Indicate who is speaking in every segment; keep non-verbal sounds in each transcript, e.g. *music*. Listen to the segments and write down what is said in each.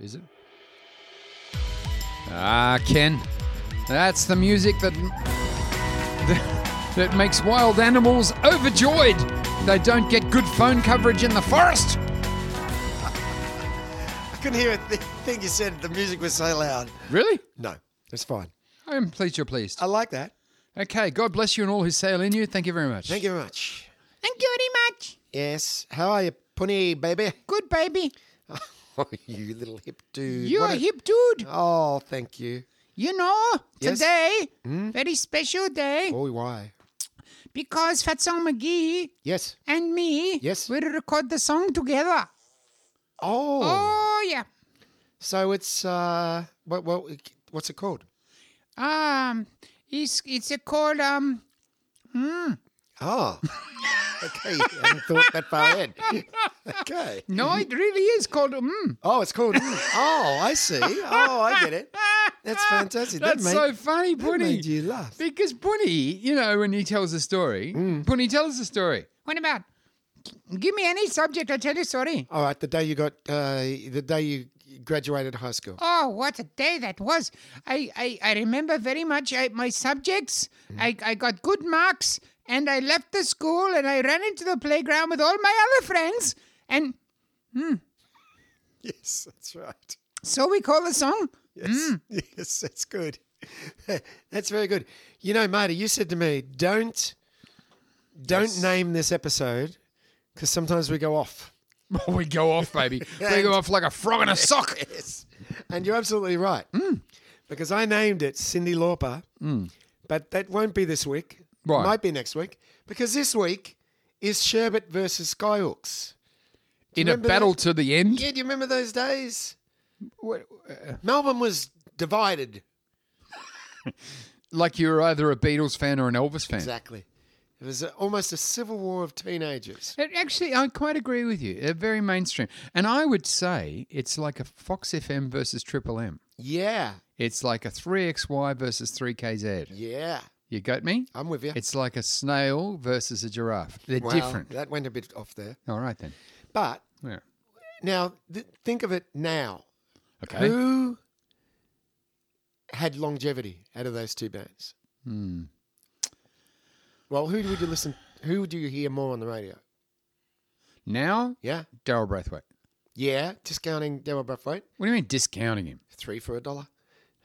Speaker 1: Is it? Ah, Ken. That's the music that that makes wild animals overjoyed. They don't get good phone coverage in the forest.
Speaker 2: I couldn't hear a th- thing you said. The music was so loud.
Speaker 1: Really?
Speaker 2: No, it's fine.
Speaker 1: I am pleased you're pleased.
Speaker 2: I like that.
Speaker 1: Okay, God bless you and all who sail in you. Thank you very much.
Speaker 2: Thank you very much.
Speaker 1: Thank you very much.
Speaker 2: Yes. How are you, Punny baby?
Speaker 1: Good baby.
Speaker 2: *laughs* Oh, you little hip dude.
Speaker 1: You
Speaker 2: What
Speaker 1: are
Speaker 2: a-
Speaker 1: hip dude.
Speaker 2: Oh, thank you.
Speaker 1: You know,
Speaker 2: Yes? Hmm?
Speaker 1: today, very special day
Speaker 2: Oh, why?
Speaker 1: because Fatsong McGee
Speaker 2: Yes.
Speaker 1: and me
Speaker 2: Yes.
Speaker 1: will record the song together.
Speaker 2: Oh.
Speaker 1: Oh, yeah.
Speaker 2: So it's uh, what, what, what's it called?
Speaker 1: Um, it's it's a called um.
Speaker 2: *laughs* Oh. okay. I hadn't thought that far ahead. okay.
Speaker 1: No, it really is called mm.
Speaker 2: Oh, it's called. oh, I see. Oh, I get it. That's fantastic. That
Speaker 1: That's
Speaker 2: made-
Speaker 1: so funny,
Speaker 2: That made
Speaker 1: Bunny.
Speaker 2: you laugh.
Speaker 1: Because Bunny, you know, when he tells a story, Bunny tells a story. What about? Give me any subject, I tell you story.
Speaker 2: All right, the day you got, uh, the day you graduated high school.
Speaker 1: Oh, what a day that was! I I, I remember very much I, my subjects. I, I got good marks, and I left the school, and I ran into the playground with all my other friends, and
Speaker 2: *laughs* Yes, that's right.
Speaker 1: so we call the song.
Speaker 2: Yes, yes, that's good. *laughs* that's very good. You know, Marty, you said to me, "Don't, don't name this episode because sometimes we go off."
Speaker 1: *laughs* we go off, *laughs* baby. we go off like a frog in a *laughs* sock.
Speaker 2: Yes, and you're absolutely right because I named it Cindy Lauper, but that won't be this week.
Speaker 1: Right.
Speaker 2: might be next week because this week is Sherbet versus Skyhooks.
Speaker 1: in a
Speaker 2: Remember
Speaker 1: battle
Speaker 2: that?
Speaker 1: to the end.
Speaker 2: Yeah, do you remember those days? Melbourne was divided.
Speaker 1: Like you're either a Beatles fan or an Elvis fan.
Speaker 2: Exactly. It was a, almost a civil war of teenagers.
Speaker 1: It- Actually, I quite agree with you. They're very mainstream. And I would say it's like a Fox FM versus Triple M.
Speaker 2: Yeah,
Speaker 1: It's like a 3XY versus 3KZ.
Speaker 2: yeah.
Speaker 1: You got me?
Speaker 2: I'm with you.
Speaker 1: It's like a snail versus a giraffe. They're
Speaker 2: Wow,
Speaker 1: different.
Speaker 2: That went a bit off there.
Speaker 1: All right, then.
Speaker 2: But
Speaker 1: Yeah.
Speaker 2: now, th- think of it now.
Speaker 1: Okay.
Speaker 2: Who had longevity out of those two bands?
Speaker 1: Hmm.
Speaker 2: Well, who would you listen? Who do you hear more on the radio?
Speaker 1: Now,
Speaker 2: Yeah,
Speaker 1: Daryl Braithwaite.
Speaker 2: yeah. Discounting Demo Braithwaite,
Speaker 1: What do you mean discounting him?
Speaker 2: three for a dollar.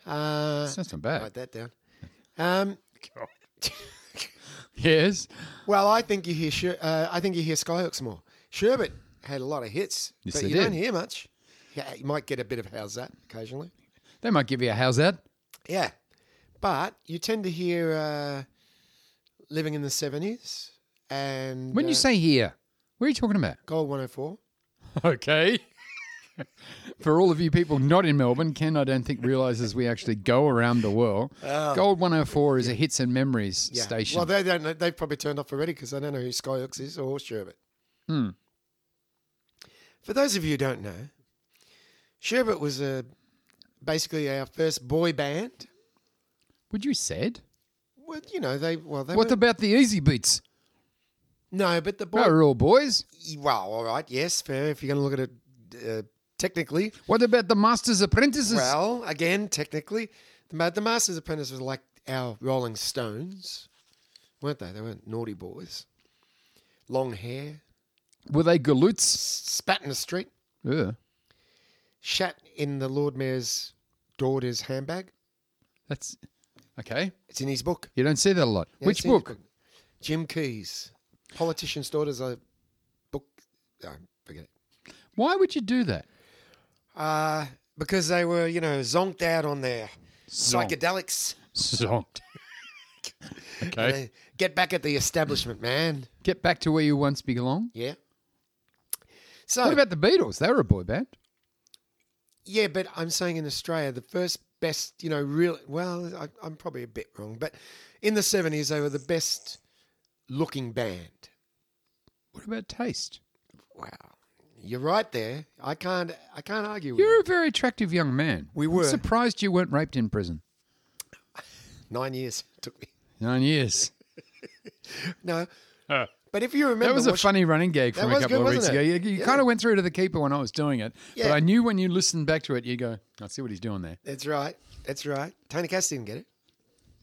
Speaker 2: Uh,
Speaker 1: That's not so bad.
Speaker 2: write that down.
Speaker 1: *laughs*
Speaker 2: Um, *laughs*
Speaker 1: Yes.
Speaker 2: Well, I think you hear Sher- uh, I think you hear Skyhooks more. Sherbet had a lot of hits,
Speaker 1: Yes,
Speaker 2: but
Speaker 1: they
Speaker 2: you don't
Speaker 1: did.
Speaker 2: hear much. Yeah, you might get a bit of how's that occasionally.
Speaker 1: They might give you a how's that?
Speaker 2: Yeah, but you tend to hear uh, living in the seventies and
Speaker 1: When
Speaker 2: uh,
Speaker 1: you say here, what are you talking about?
Speaker 2: Gold One Hundred Four.
Speaker 1: Okay. *laughs* For all of you people not in Melbourne, Ken, I don't think realizes we actually go around the world. Gold 104 is a hits and memories
Speaker 2: Ah. Yeah.
Speaker 1: station.
Speaker 2: Well, they don't. Know, they've probably turned off already because they don't know who Skyhooks is or Sherbet.
Speaker 1: Hmm.
Speaker 2: For those of you who don't know, Sherbet was a basically our first boy band.
Speaker 1: Would you said?
Speaker 2: Well, you know they well they
Speaker 1: What
Speaker 2: were,
Speaker 1: about the easy beats?
Speaker 2: no, but the boy e,
Speaker 1: They were all boys.
Speaker 2: Well, all right, yes, fair. If you're going to look at it uh, technically,
Speaker 1: What about the masters apprentices?
Speaker 2: well, again, technically, the, Ma- the Masters Apprentice was like our Rolling Stones, weren't they? They weren't naughty boys. Long hair,
Speaker 1: Were they galoots?
Speaker 2: spat in the street,
Speaker 1: Ugh.
Speaker 2: shat in the Lord Mayor's daughter's handbag.
Speaker 1: That's okay.
Speaker 2: It's in his book.
Speaker 1: You don't see that a lot.
Speaker 2: Yeah,
Speaker 1: Which
Speaker 2: it's in his
Speaker 1: book?
Speaker 2: Jim Keys, Politician's Daughter's a book. No, forget it.
Speaker 1: Why would you do that?
Speaker 2: Uh, because they were, you know, zonked out on their psychedelics.
Speaker 1: Zonked. *laughs* okay.
Speaker 2: Uh, Get back at the establishment, man.
Speaker 1: Get back to where you once belonged.
Speaker 2: Yeah. So
Speaker 1: What about the Beatles? They were a boy band.
Speaker 2: yeah, but I'm saying in Australia, the first best, you know, real. Well, I, I'm probably a bit wrong, but in the '70s, they were the best looking band.
Speaker 1: What about taste?
Speaker 2: Wow, you're right there. I can't. I can't argue with
Speaker 1: You're
Speaker 2: you.
Speaker 1: a very attractive young man.
Speaker 2: We were.
Speaker 1: I'm surprised you weren't raped in prison.
Speaker 2: Nine years *laughs* it took me.
Speaker 1: Nine years.
Speaker 2: No,
Speaker 1: Uh.
Speaker 2: but But if you remember,
Speaker 1: That was a
Speaker 2: what-
Speaker 1: funny running gag from a
Speaker 2: was
Speaker 1: couple
Speaker 2: good,
Speaker 1: of weeks
Speaker 2: wasn't
Speaker 1: ago.
Speaker 2: it?
Speaker 1: You, you
Speaker 2: Yeah.
Speaker 1: kind of went through to the keeper when I was doing it,
Speaker 2: Yeah.
Speaker 1: but I knew when you listened back to it, you go, "Oh, "I see what he's doing there."
Speaker 2: That's right. That's right. Tony Cass didn't get it.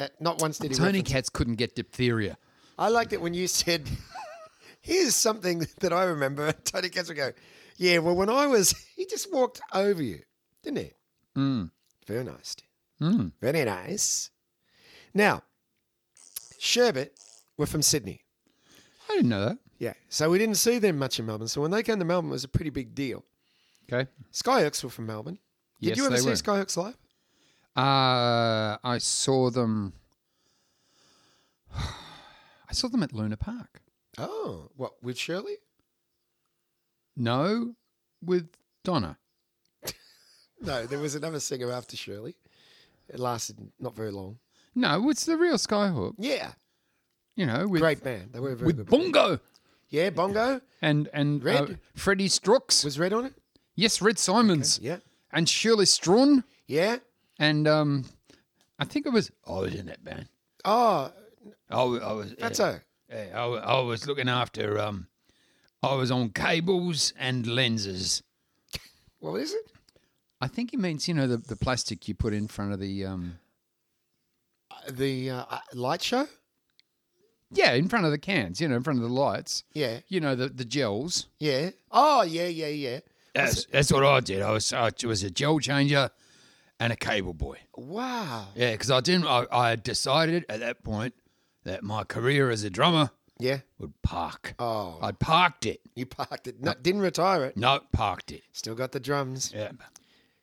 Speaker 2: Uh, not once did he.
Speaker 1: Tony
Speaker 2: reference-
Speaker 1: Cats couldn't get diphtheria.
Speaker 2: I liked it when you said, *laughs* "Here's something that I remember." Tony Cass would go, "Yeah, well, when I was, *laughs* he just walked over you, didn't he?"
Speaker 1: Hmm.
Speaker 2: Very nice.
Speaker 1: Mm.
Speaker 2: Very nice. Now, Sherbet were from Sydney.
Speaker 1: I didn't know that.
Speaker 2: Yeah. So we didn't see them much in Melbourne. So when they came to Melbourne, it was a pretty big deal.
Speaker 1: Okay.
Speaker 2: Skyhooks were from Melbourne. Did
Speaker 1: Yes,
Speaker 2: you ever
Speaker 1: they
Speaker 2: see
Speaker 1: were.
Speaker 2: Skyhooks live?
Speaker 1: Uh, I saw them. *sighs* I saw them at Luna Park.
Speaker 2: Oh, what with Shirley?
Speaker 1: No, with Donna.
Speaker 2: No, there was another singer after Shirley. It lasted not very long.
Speaker 1: No, it's the real Skyhook.
Speaker 2: Yeah,
Speaker 1: You know, with
Speaker 2: great band. They were a very
Speaker 1: with
Speaker 2: good. band.
Speaker 1: Bongo
Speaker 2: Yeah, Bongo
Speaker 1: and and uh,
Speaker 2: Red?
Speaker 1: Freddie Strux.
Speaker 2: was red on it.
Speaker 1: yes, Red Simons
Speaker 2: Yeah,
Speaker 1: and Shirley Strawn.
Speaker 2: yeah.
Speaker 1: and um, I think it was I was in that band.
Speaker 2: Oh,
Speaker 1: I, wa- I was
Speaker 2: that's
Speaker 1: yeah,
Speaker 2: a
Speaker 1: yeah, I, wa- I was looking after um, I was on cables and lenses.
Speaker 2: what is it?
Speaker 1: I think he means you know the, the plastic you put in front of the um,
Speaker 2: Uh, The uh, uh, light show.
Speaker 1: yeah in front of the cans you know in front of the lights
Speaker 2: Yeah,
Speaker 1: you know the the gels.
Speaker 2: yeah. Oh, yeah, yeah, yeah.
Speaker 1: That's, that's what I did. I was I was a gel changer and a cable boy.
Speaker 2: Wow.
Speaker 1: Yeah, because I didn't. I, I had decided at that point that my career as a drummer
Speaker 2: Yeah.
Speaker 1: would park.
Speaker 2: Oh,
Speaker 1: I parked it.
Speaker 2: you parked it. No, didn't retire it.
Speaker 1: No, parked it.
Speaker 2: Still got the drums.
Speaker 1: Yeah.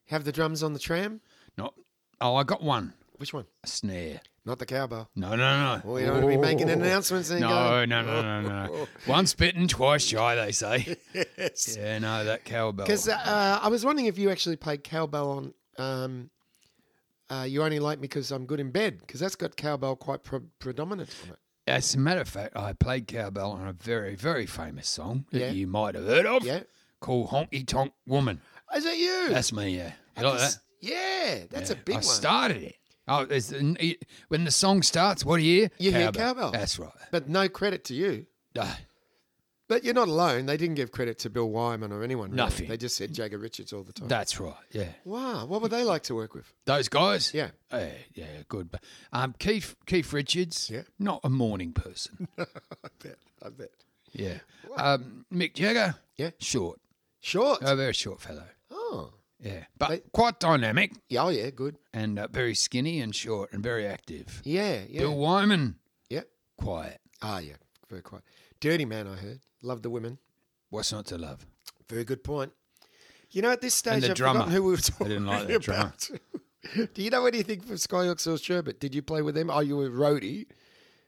Speaker 2: Have the drums on the tram.
Speaker 1: No. Oh, I got one.
Speaker 2: Which one?
Speaker 1: A snare.
Speaker 2: Not the cowbell.
Speaker 1: No, no, no.
Speaker 2: Well, Oh, you don't want to be making announcements Oh, and
Speaker 1: No, no,
Speaker 2: going, *laughs*
Speaker 1: no, no, no. Once bitten, twice shy, they say. Yeah, no, that cowbell.
Speaker 2: Because uh, I was wondering if you actually played cowbell on um, uh, "You Only Like Me Because I'm Good in Bed" because that's got cowbell quite pre- predominant on it.
Speaker 1: As a matter of fact, I played cowbell on a very, very famous song that
Speaker 2: Yeah.
Speaker 1: you might have heard of
Speaker 2: Yeah,
Speaker 1: called Honky Tonk Woman.
Speaker 2: *laughs* is it you?
Speaker 1: That's me, yeah. You like that?
Speaker 2: Yeah, that's a
Speaker 1: Yeah.
Speaker 2: big
Speaker 1: I
Speaker 2: one.
Speaker 1: started it. Oh, it's, when the song starts, what do you hear?
Speaker 2: You hear cowbell.
Speaker 1: That's right.
Speaker 2: but no credit to you.
Speaker 1: Ah,
Speaker 2: But you're not alone. They didn't give credit to Bill Wyman or anyone. really.
Speaker 1: Nothing.
Speaker 2: They just said Jagger Richards all the time.
Speaker 1: that's right, yeah.
Speaker 2: Wow, what would they like to work *laughs* with?
Speaker 1: Those guys?
Speaker 2: Yeah.
Speaker 1: Yeah, Eh, yeah, good. But um, Keith Keith Richards,
Speaker 2: Yeah.
Speaker 1: not a morning
Speaker 2: *laughs*
Speaker 1: person.
Speaker 2: I bet. I bet.
Speaker 1: yeah. Um, Mick Jagger,
Speaker 2: Yeah.
Speaker 1: short,
Speaker 2: Short.
Speaker 1: a very short fellow.
Speaker 2: oh.
Speaker 1: Yeah, but
Speaker 2: They-
Speaker 1: quite dynamic
Speaker 2: Yeah. Oh, yeah. Good.
Speaker 1: and uh, very skinny and short and very active.
Speaker 2: Yeah. Yeah.
Speaker 1: Bill Wyman,
Speaker 2: Yeah.
Speaker 1: quiet.
Speaker 2: Ah, yeah, very quiet. Dirty man, I heard. Love the women.
Speaker 1: What's not to love?
Speaker 2: Very good point. You know, at this stage,
Speaker 1: the
Speaker 2: I've
Speaker 1: drummer.
Speaker 2: forgotten who we were talking
Speaker 1: didn't like that drummer.
Speaker 2: about. *laughs* Do you know anything from Skyhooks or Sherbet? Did you play with them? Oh, you were roadie.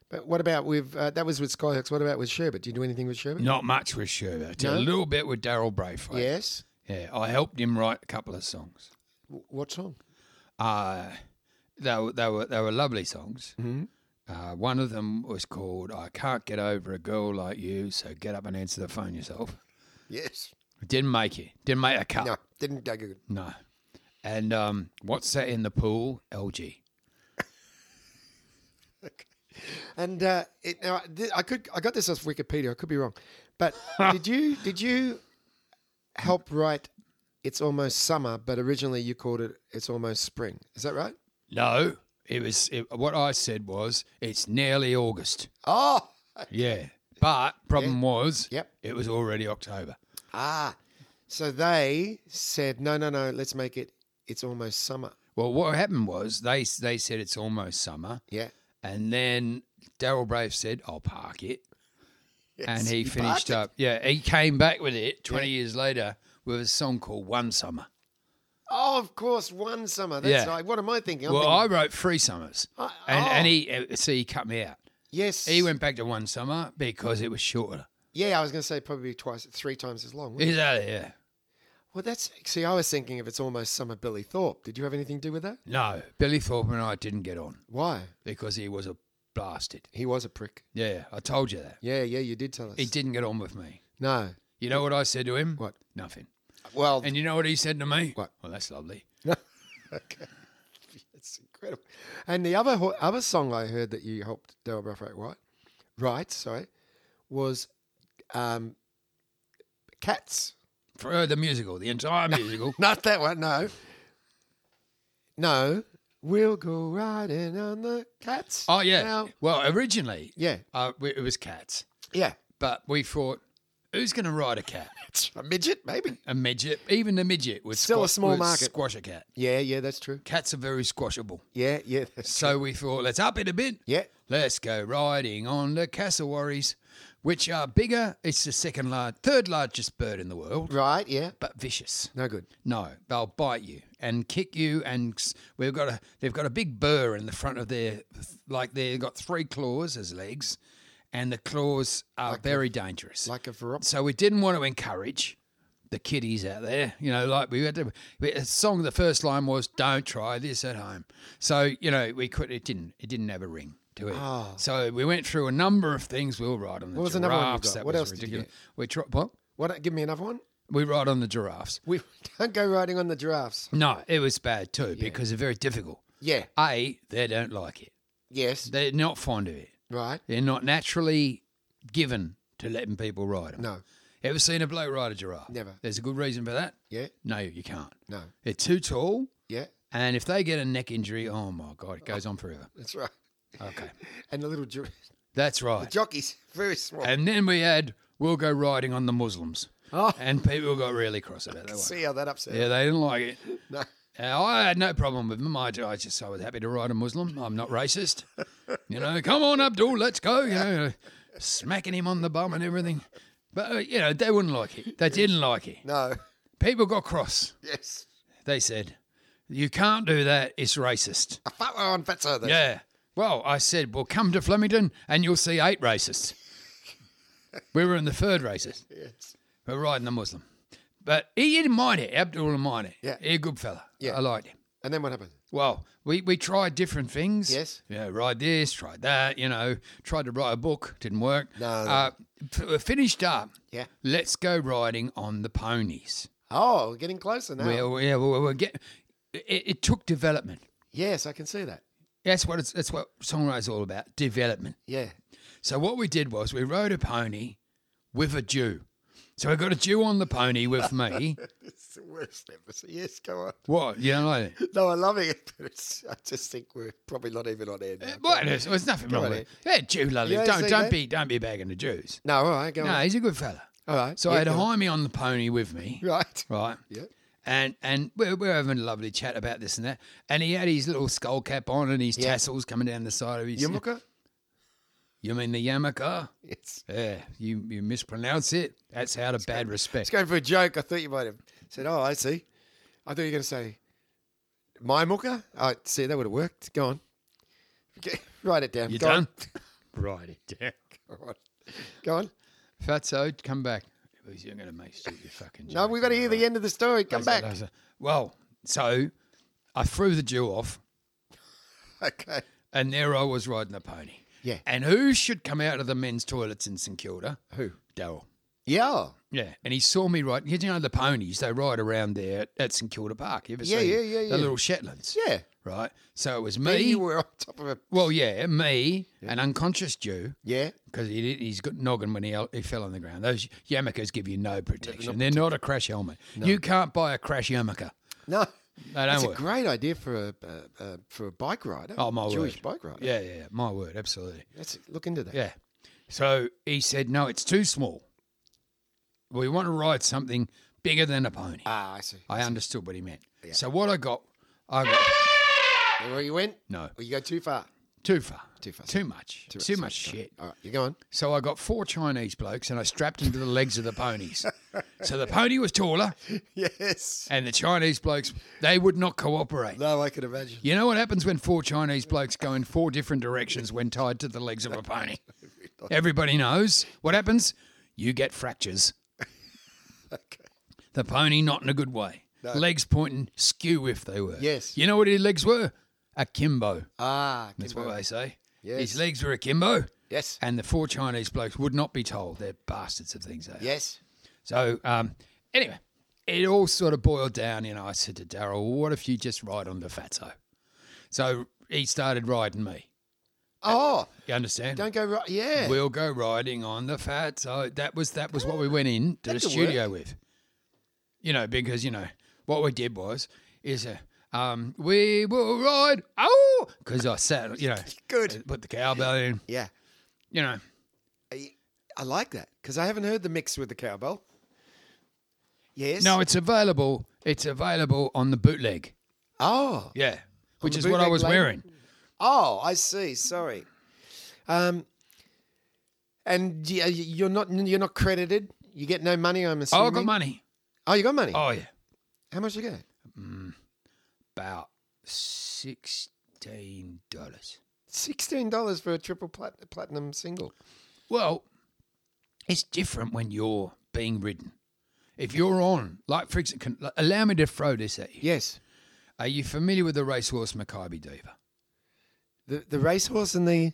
Speaker 2: But what about with uh, that was with Skyhooks? What about with Sherbet? Did you do anything with Sherbet?
Speaker 1: Not much with Sherbert.
Speaker 2: Mm. No?
Speaker 1: A little bit with Daryl Braithwaite.
Speaker 2: Yes.
Speaker 1: Yeah, I helped him write a couple of songs.
Speaker 2: W- What song?
Speaker 1: Uh, they, were- they were they were lovely songs. Uh, one of them was called "I Can't Get Over a Girl Like You," so get up and answer the phone yourself.
Speaker 2: Yes.
Speaker 1: Didn't make it. Didn't make a cut.
Speaker 2: No, didn't go good.
Speaker 1: No. And um, what's that in the pool? LG.
Speaker 2: And uh, it, now, th- I could I got this off Wikipedia. I could be wrong,
Speaker 1: *laughs*
Speaker 2: but did you did you help write? It's almost summer, but originally you called it "It's almost spring." Is that right?
Speaker 1: No, it was it, what I said was it's nearly August.
Speaker 2: Oh,
Speaker 1: Yeah, but problem was
Speaker 2: Yep.
Speaker 1: it was already October.
Speaker 2: ah. So they said, "No, no, no. Let's make it. It's almost summer."
Speaker 1: Well, what happened was they s- they said it's almost summer,
Speaker 2: Yeah.
Speaker 1: and then Daryl Brave said I'll park it.
Speaker 2: Yes,
Speaker 1: and he,
Speaker 2: parked
Speaker 1: finished
Speaker 2: it.
Speaker 1: up. Yeah, he came back with it 20 years later with a song called One Summer.
Speaker 2: Oh, of course, one summer. That's
Speaker 1: Yeah.
Speaker 2: right. What am I thinking? I'm
Speaker 1: well,
Speaker 2: thinking,
Speaker 1: I wrote Three Summers.
Speaker 2: Oh, I-
Speaker 1: and,
Speaker 2: oh.
Speaker 1: and he, uh, see, he cut me out.
Speaker 2: yes.
Speaker 1: He went back to One Summer because it was shorter.
Speaker 2: Yeah, I was going to say probably twice, three times as long.
Speaker 1: Is that yeah?
Speaker 2: Well, that's see, I was thinking of "It's almost summer." Billy Thorpe. Did you have anything to do with that?
Speaker 1: No, Billy Thorpe and I didn't get on
Speaker 2: Why?
Speaker 1: because he was a bastard.
Speaker 2: He was a prick.
Speaker 1: Yeah, I told you that.
Speaker 2: Yeah, yeah, you did tell us.
Speaker 1: He didn't get on with me.
Speaker 2: No.
Speaker 1: You know what I said to him?
Speaker 2: What?
Speaker 1: Nothing.
Speaker 2: Well,
Speaker 1: And you know what he said to me?
Speaker 2: What?
Speaker 1: Well, that's lovely.
Speaker 2: okay. It's incredible. And the other ho- other song I heard that you helped Daryl Braithwaite write, right? Sorry, was um, Cats.
Speaker 1: For uh, the musical, the entire *laughs* musical.
Speaker 2: Not that one. No. No. We'll go riding on the cats.
Speaker 1: oh yeah.
Speaker 2: now.
Speaker 1: Well, originally,
Speaker 2: Yeah.
Speaker 1: uh, we, it was cats,
Speaker 2: Yeah.
Speaker 1: but we thought, who's going to ride a cat?
Speaker 2: A midget, maybe.
Speaker 1: A midget, even the midget was
Speaker 2: Still a
Speaker 1: squash-
Speaker 2: small
Speaker 1: would
Speaker 2: market.
Speaker 1: Squash a cat.
Speaker 2: Yeah. Yeah. That's true.
Speaker 1: Cats are very squashable.
Speaker 2: Yeah. Yeah. that's-
Speaker 1: So we thought, let's up it a bit.
Speaker 2: Yeah.
Speaker 1: Let's go riding on the cassowaries, which are bigger. It's the second large, third largest bird in the world,
Speaker 2: Right. Yeah.
Speaker 1: but vicious.
Speaker 2: No good.
Speaker 1: No, they'll bite you and kick you, and s- we've got a they've got a big burr in the front of their like they've got three claws as legs, and the claws are very dangerous.
Speaker 2: Like a verop.
Speaker 1: so we didn't want to encourage the kiddies out there, you know, like we had to. we- A song the first line was "Don't try this at home," so you know we could it didn't it didn't have a ring to it.
Speaker 2: Oh.
Speaker 1: So we went through a number of things. We'll ride on the
Speaker 2: What was
Speaker 1: giraffes.
Speaker 2: another one you got?
Speaker 1: That
Speaker 2: What
Speaker 1: was
Speaker 2: else did you
Speaker 1: ridiculous. We try, what
Speaker 2: What? Give me another one. *laughs*
Speaker 1: we ride on the giraffes.
Speaker 2: We don't go riding on the giraffes.
Speaker 1: *laughs* No, it was bad too because they're very difficult.
Speaker 2: Yeah.
Speaker 1: A, they don't like it.
Speaker 2: Yes.
Speaker 1: They're not fond of it.
Speaker 2: Right.
Speaker 1: They're not naturally given to letting people ride them.
Speaker 2: No.
Speaker 1: Ever seen a bloke ride a giraffe?
Speaker 2: Never.
Speaker 1: There's a good reason for that.
Speaker 2: Yeah.
Speaker 1: No, you can't.
Speaker 2: No.
Speaker 1: They're too tall,
Speaker 2: Yeah.
Speaker 1: and if they get a neck injury, oh my god, it goes on forever.
Speaker 2: That's right.
Speaker 1: Okay,
Speaker 2: And the little gir-
Speaker 1: that's right.
Speaker 2: jockeys, very small.
Speaker 1: And then we had we'll go riding on the Muslims,
Speaker 2: Oh.
Speaker 1: and people got really cross about that. one.
Speaker 2: See how that upset.
Speaker 1: Yeah, they didn't like it.
Speaker 2: No.
Speaker 1: Uh, I had no problem with them. I, ju- I just I was happy to ride a Muslim. I'm not racist. You know, come on, Abdul, let's go. You know, smacking him on the bum and everything. But uh, you know, they wouldn't like it. They didn't like it.
Speaker 2: No. *laughs*
Speaker 1: People got cross.
Speaker 2: Yes.
Speaker 1: They said, "You can't do that. It's racist."
Speaker 2: A fat one on fatso. Then.
Speaker 1: Yeah. Well, I said, "Well, come to Flemington and you'll see eight
Speaker 2: *laughs*
Speaker 1: racists." we were in the third racist.
Speaker 2: Yes.
Speaker 1: We're riding the Muslim, but he didn't mind it. Abdul didn't mind it.
Speaker 2: Yeah.
Speaker 1: he's a good fella.
Speaker 2: Yeah.
Speaker 1: I liked him.
Speaker 2: And then what happened?
Speaker 1: Well, we, we tried different things.
Speaker 2: Yes.
Speaker 1: Yeah, ride this, tried that, you know, tried to write a book, didn't work.
Speaker 2: No,
Speaker 1: Uh, f- we finished up.
Speaker 2: Yeah.
Speaker 1: Let's go riding on the ponies.
Speaker 2: Oh, we're getting closer now.
Speaker 1: Well, yeah, well, we're get, it, it took development.
Speaker 2: yes, I can see that.
Speaker 1: That's what it's, that's what songwriting's all about development. *laughs*
Speaker 2: Yeah.
Speaker 1: So what we did was we rode a pony with a Jew. So I got a Jew on the pony with
Speaker 2: *laughs*
Speaker 1: me.
Speaker 2: It's the worst episode. Yes, go on.
Speaker 1: what? You know, like,
Speaker 2: No, I'm loving it, *laughs* but it's, I just think we're probably not even on air now.
Speaker 1: what? There's, there's nothing wrong
Speaker 2: on,
Speaker 1: with it. Yeah, Jew, lovely.
Speaker 2: Yeah,
Speaker 1: don't
Speaker 2: see
Speaker 1: don't
Speaker 2: that?
Speaker 1: be don't be bagging the Jews.
Speaker 2: No, all right, go
Speaker 1: No,
Speaker 2: on.
Speaker 1: he's a good fella.
Speaker 2: All right.
Speaker 1: So
Speaker 2: yeah,
Speaker 1: I had
Speaker 2: go on.
Speaker 1: Jaime on the pony with me, *laughs*
Speaker 2: Right.
Speaker 1: right?
Speaker 2: Yeah.
Speaker 1: And and we're, we're having a lovely chat about this and that. And he had his little skull cap on and his
Speaker 2: Yeah.
Speaker 1: tassels coming down the side of his.
Speaker 2: Yamuka?
Speaker 1: You mean the yarmulke?
Speaker 2: Yes.
Speaker 1: Yeah, you you mispronounce it. That's out of bad
Speaker 2: It's
Speaker 1: respect.
Speaker 2: going for a joke. I thought you might have said, oh, I see. I thought you were going to say, my mucker? I see, that would have worked. Go on. Okay, *laughs* write it down.
Speaker 1: You
Speaker 2: Go on.
Speaker 1: done? *laughs* Write it
Speaker 2: *laughs*
Speaker 1: down.
Speaker 2: Go on. Go on.
Speaker 1: Fatso, come back. You're going to make stupid fucking.
Speaker 2: No,
Speaker 1: joke.
Speaker 2: we've got to hear the end of the story. Come back. *laughs*
Speaker 1: Well, so I threw the Jew off, eh?
Speaker 2: Okay.
Speaker 1: and there I was riding a pony.
Speaker 2: Yeah.
Speaker 1: And who should come out of the men's toilets in St Kilda?
Speaker 2: Who?
Speaker 1: Daryl.
Speaker 2: Yeah.
Speaker 1: Yeah, and he saw me right. You know the ponies they ride around there at, at St Kilda Park. You ever
Speaker 2: Yeah,
Speaker 1: seen
Speaker 2: yeah,
Speaker 1: them?
Speaker 2: yeah, yeah.
Speaker 1: The little Shetlands,
Speaker 2: Yeah.
Speaker 1: right? So it was
Speaker 2: Me?
Speaker 1: me.
Speaker 2: You were on top of a.
Speaker 1: well, yeah, me, an unconscious Jew,
Speaker 2: Yeah.
Speaker 1: because he did, he's got noggin when he el- he fell on the ground. Those yarmulkes give you no protection. They're not a crash helmet. You can't buy a crash yarmulke.
Speaker 2: No.
Speaker 1: They don't
Speaker 2: That's a
Speaker 1: work.
Speaker 2: great idea for a uh, uh, for a bike rider.
Speaker 1: oh my
Speaker 2: Jewish
Speaker 1: word!
Speaker 2: bike rider.
Speaker 1: Yeah, yeah, yeah. my word, absolutely.
Speaker 2: Let's look into that.
Speaker 1: Yeah. So he said, "No, it's too small. We want to ride something bigger than a pony."
Speaker 2: Ah, I see.
Speaker 1: I understood what he meant. So what I got, I got
Speaker 2: Where you went?
Speaker 1: no
Speaker 2: Well, you go too far.
Speaker 1: too far,
Speaker 2: Too far.
Speaker 1: too much, too,
Speaker 2: sorry,
Speaker 1: much
Speaker 2: sorry.
Speaker 1: shit.
Speaker 2: All right, you go
Speaker 1: *laughs*
Speaker 2: on.
Speaker 1: So I got four Chinese blokes and I strapped them to the legs of the ponies. so the pony was taller,
Speaker 2: Yes.
Speaker 1: and the Chinese blokes they would not cooperate.
Speaker 2: No, I can imagine.
Speaker 1: You know what happens when four Chinese blokes go in four different directions when tied to the legs of a pony? Everybody knows what happens. You get fractures.
Speaker 2: Okay.
Speaker 1: The pony not in a good way. Legs pointing skew if they were.
Speaker 2: Yes.
Speaker 1: You know what his legs were? Akimbo.
Speaker 2: Ah,
Speaker 1: That's what
Speaker 2: Kimbo.
Speaker 1: they say.
Speaker 2: Yes.
Speaker 1: His legs were akimbo,
Speaker 2: Yes.
Speaker 1: *laughs* and the four Chinese blokes would not be told. They're bastards of things. They are.
Speaker 2: Yes.
Speaker 1: So um, anyway, it all sort of boiled down. You know, I said to Daryl, well, "What if you just ride on the fatso?" So he started riding me.
Speaker 2: Oh,
Speaker 1: You understand?
Speaker 2: don't go right. Yeah.
Speaker 1: We'll go riding on the fat. So that was that was what we went in to the
Speaker 2: That'll
Speaker 1: studio with. You know, because you know what we did was is uh, um we will ride oh because I sat you know
Speaker 2: Good.
Speaker 1: put the cowbell in
Speaker 2: yeah.
Speaker 1: you know
Speaker 2: I, I like that because I haven't heard the mix with the cowbell. Yes.
Speaker 1: no it's available it's available on the bootleg
Speaker 2: Oh.
Speaker 1: yeah which
Speaker 2: the
Speaker 1: is what I
Speaker 2: bootleg
Speaker 1: was
Speaker 2: label?
Speaker 1: wearing
Speaker 2: Oh, I see. Sorry. Um. And y- you're not you're not credited. You get no money. I'm
Speaker 1: oh
Speaker 2: assuming.
Speaker 1: I got money
Speaker 2: Oh, you got money.
Speaker 1: oh yeah
Speaker 2: How much you get?
Speaker 1: about sixteen dollars
Speaker 2: Sixteen dollars for a triple plat- platinum single.
Speaker 1: Well, it's different when you're being ridden. If you're on, like for example, allow me to throw this at you.
Speaker 2: Yes.
Speaker 1: Are you familiar with the racehorse Maccabi Diva?
Speaker 2: The the racehorse and the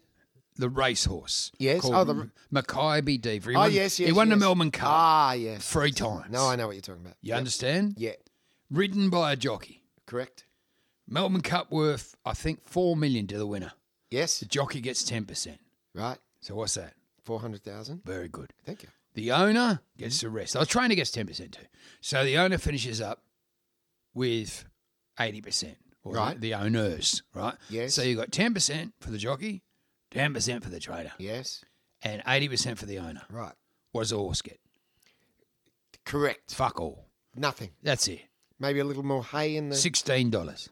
Speaker 1: The racehorse.
Speaker 2: Yes,
Speaker 1: called
Speaker 2: oh, the-
Speaker 1: M- Maccabi Diva. He
Speaker 2: oh
Speaker 1: won-
Speaker 2: yes yes.
Speaker 1: He won
Speaker 2: yes.
Speaker 1: the Melbourne Cup
Speaker 2: Ah yes.
Speaker 1: three times.
Speaker 2: No, I know what you're talking about.
Speaker 1: You understand?
Speaker 2: Yeah.
Speaker 1: Ridden by a jockey.
Speaker 2: Correct.
Speaker 1: Melbourne Cup worth, I think, four million to the winner.
Speaker 2: Yes.
Speaker 1: The jockey gets ten percent.
Speaker 2: Right.
Speaker 1: So what's that?
Speaker 2: Four hundred thousand.
Speaker 1: Very good.
Speaker 2: Thank you.
Speaker 1: The owner
Speaker 2: Mm-hmm.
Speaker 1: gets the rest. I was trying to get 10% too. So the owner finishes up with 80%. Or the-
Speaker 2: Right.
Speaker 1: The owners, right?
Speaker 2: Yes.
Speaker 1: So you got 10% for the jockey, 10% for the trader,
Speaker 2: Yes.
Speaker 1: and 80% for the owner.
Speaker 2: Right.
Speaker 1: What does the horse get?
Speaker 2: Correct.
Speaker 1: Fuck all.
Speaker 2: Nothing.
Speaker 1: That's it.
Speaker 2: Maybe a little more hay in the.
Speaker 1: $16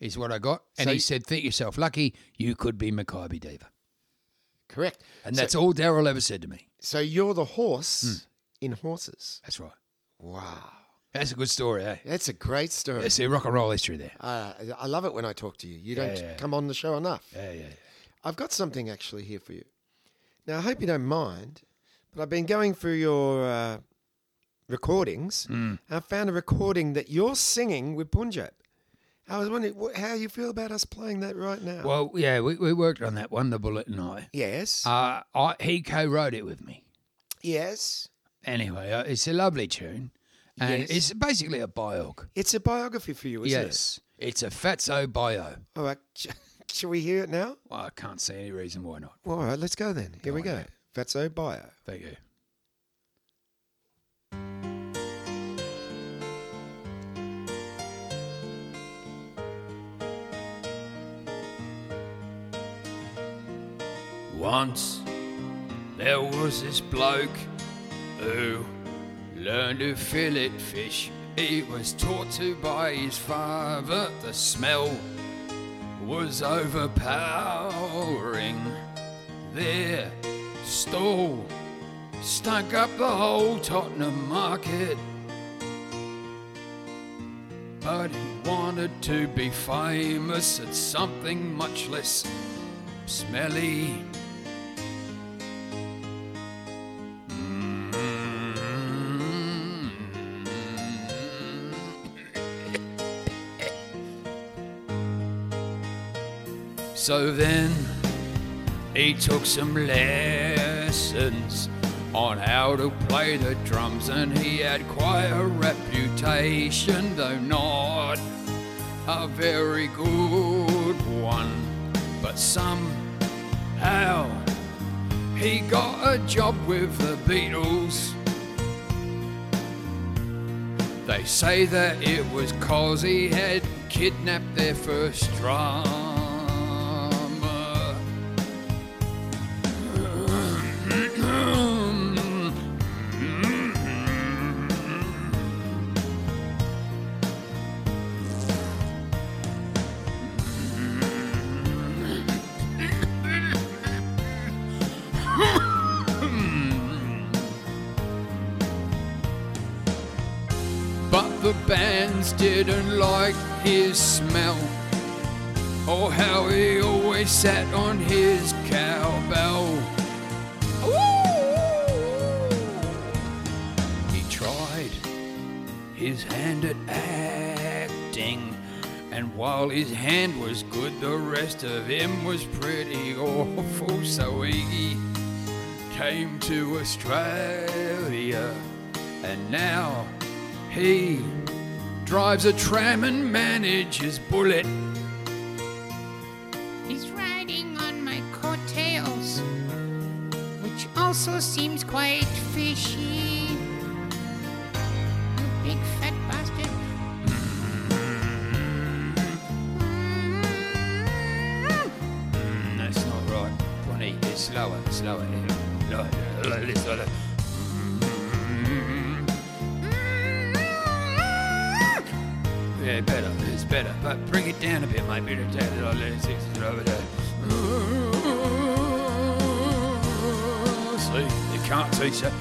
Speaker 1: is what I got. And
Speaker 2: So
Speaker 1: he
Speaker 2: you-
Speaker 1: said, think yourself lucky, you could be Maccabi Diva.
Speaker 2: Correct.
Speaker 1: And
Speaker 2: So-
Speaker 1: that's all Daryl ever said to me.
Speaker 2: So you're the horse in horses.
Speaker 1: That's right.
Speaker 2: Wow.
Speaker 1: That's a good story, eh?
Speaker 2: That's a great story.
Speaker 1: Yeah, see, rock and roll history there.
Speaker 2: Uh, I love it when I talk to you. You don't
Speaker 1: yeah.
Speaker 2: come on the show enough.
Speaker 1: Yeah, yeah, yeah.
Speaker 2: I've got something actually here for you. Now, I hope you don't mind, but I've been going through your uh, recordings.
Speaker 1: Mm.
Speaker 2: I found a recording that you're singing with Punjab. I was wondering wh- how you feel about us playing that right now.
Speaker 1: Well, yeah, we, we worked on that one, the bullet and I.
Speaker 2: yes.
Speaker 1: Uh, I, he co-wrote it with me.
Speaker 2: yes.
Speaker 1: Anyway, uh, it's a lovely tune, and
Speaker 2: Yes.
Speaker 1: it's basically a biog.
Speaker 2: It's a biography for you, isn't it?
Speaker 1: yes, it's a fatso bio.
Speaker 2: All right. *laughs* sh- Shall we hear it now?
Speaker 1: Well, I can't see any reason why not.
Speaker 2: Well, all right, let's go then. Here we
Speaker 1: on,
Speaker 2: go. Fatso Bio.
Speaker 1: Thank you. Once there was this bloke who learned to fillet fish. He was taught to by his father. The smell was overpowering. Their stall stunk up the whole Tottenham market. But he wanted to be famous at something much less smelly. Mm-hmm. *laughs* So then. He took some lessons on how to play the drums, and he had quite a reputation, though not a very good one. But somehow he got a job with the Beatles. They say that it was cause he had kidnapped their first drummer. But the bands didn't like his smell or how he always sat on his cowbell. He tried his hand at acting, and while his hand was good, the rest of him was pretty awful. So he came to Australia, and now he drives a tram and manages bullet.
Speaker 3: He's riding on my also seems quite fishy. You big fat bastard.
Speaker 1: Mm, That's not right. Bonnie, it's slower, slower. No, no, no, this, no, no. Yeah, better. It's better. But bring it down a bit, mate. Bring it down. No, no, it's- it's over there. See, you can't teach it.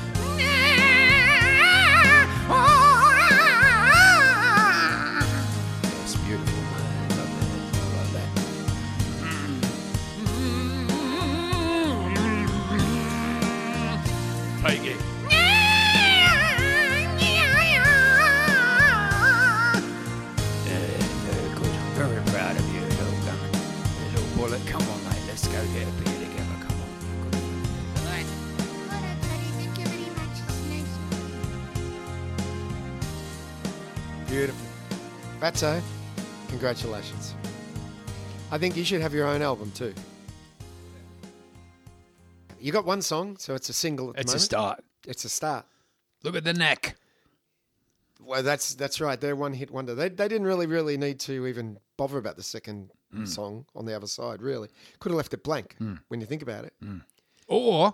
Speaker 1: It's beautiful, mate. I love that. I love that. Take it. Uh, very good. Very proud of you, little gun. Little bullet. Come on, mate. Let's go get a beer together. Come on. Good.
Speaker 2: Beautiful. Fatso, congratulations. I think you should have your own album too. You got one song, so it's a single at the
Speaker 1: It's a
Speaker 2: moment.
Speaker 1: start.
Speaker 2: It's a start.
Speaker 1: Look at the neck.
Speaker 2: Well, that's that's right. They're one hit wonder. They, they didn't really really need to even bother about the second
Speaker 1: Mm.
Speaker 2: song on the other side. Really, could have left it blank when you think about it.
Speaker 1: Mm. Or,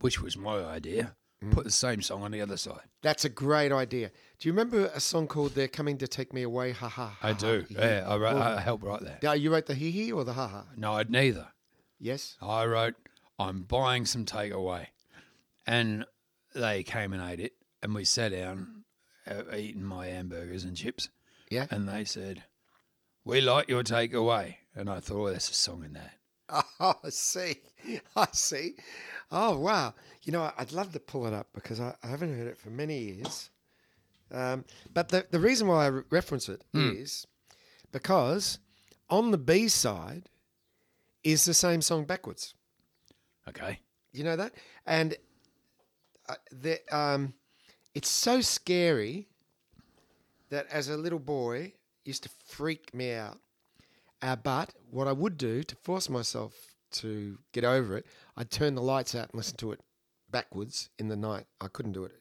Speaker 1: which was my idea, put the same song on the other side.
Speaker 2: That's a great idea. Do you remember a song called "They're Coming to Take Me Away"? Ha ha. ha,
Speaker 1: I
Speaker 2: ha,
Speaker 1: do.
Speaker 2: hee hee.
Speaker 1: Ah, Yeah, I, wrote, I helped write that.
Speaker 2: Now, you wrote the hee hee or the ha ha?
Speaker 1: No, I'd neither.
Speaker 2: Yes.
Speaker 1: I wrote, I'm buying some takeaway. And they came and ate it. And we sat down, uh, eating my hamburgers and chips.
Speaker 2: Yeah.
Speaker 1: And they said, We like your takeaway. And I thought, oh, that's a song in that.
Speaker 2: *laughs* Oh, I see. I see. Oh, wow. You know, I'd love to pull it up because I, I haven't heard it for many years. Um, but the, the reason why I re- reference it is because on the B side is the same song backwards.
Speaker 1: Okay.
Speaker 2: You know that? And uh, the, um, it's so scary that as a little boy used to freak me out. Uh, but what I would do to force myself to get over it, I'd turn the lights out and listen to it backwards in the night. I couldn't do it.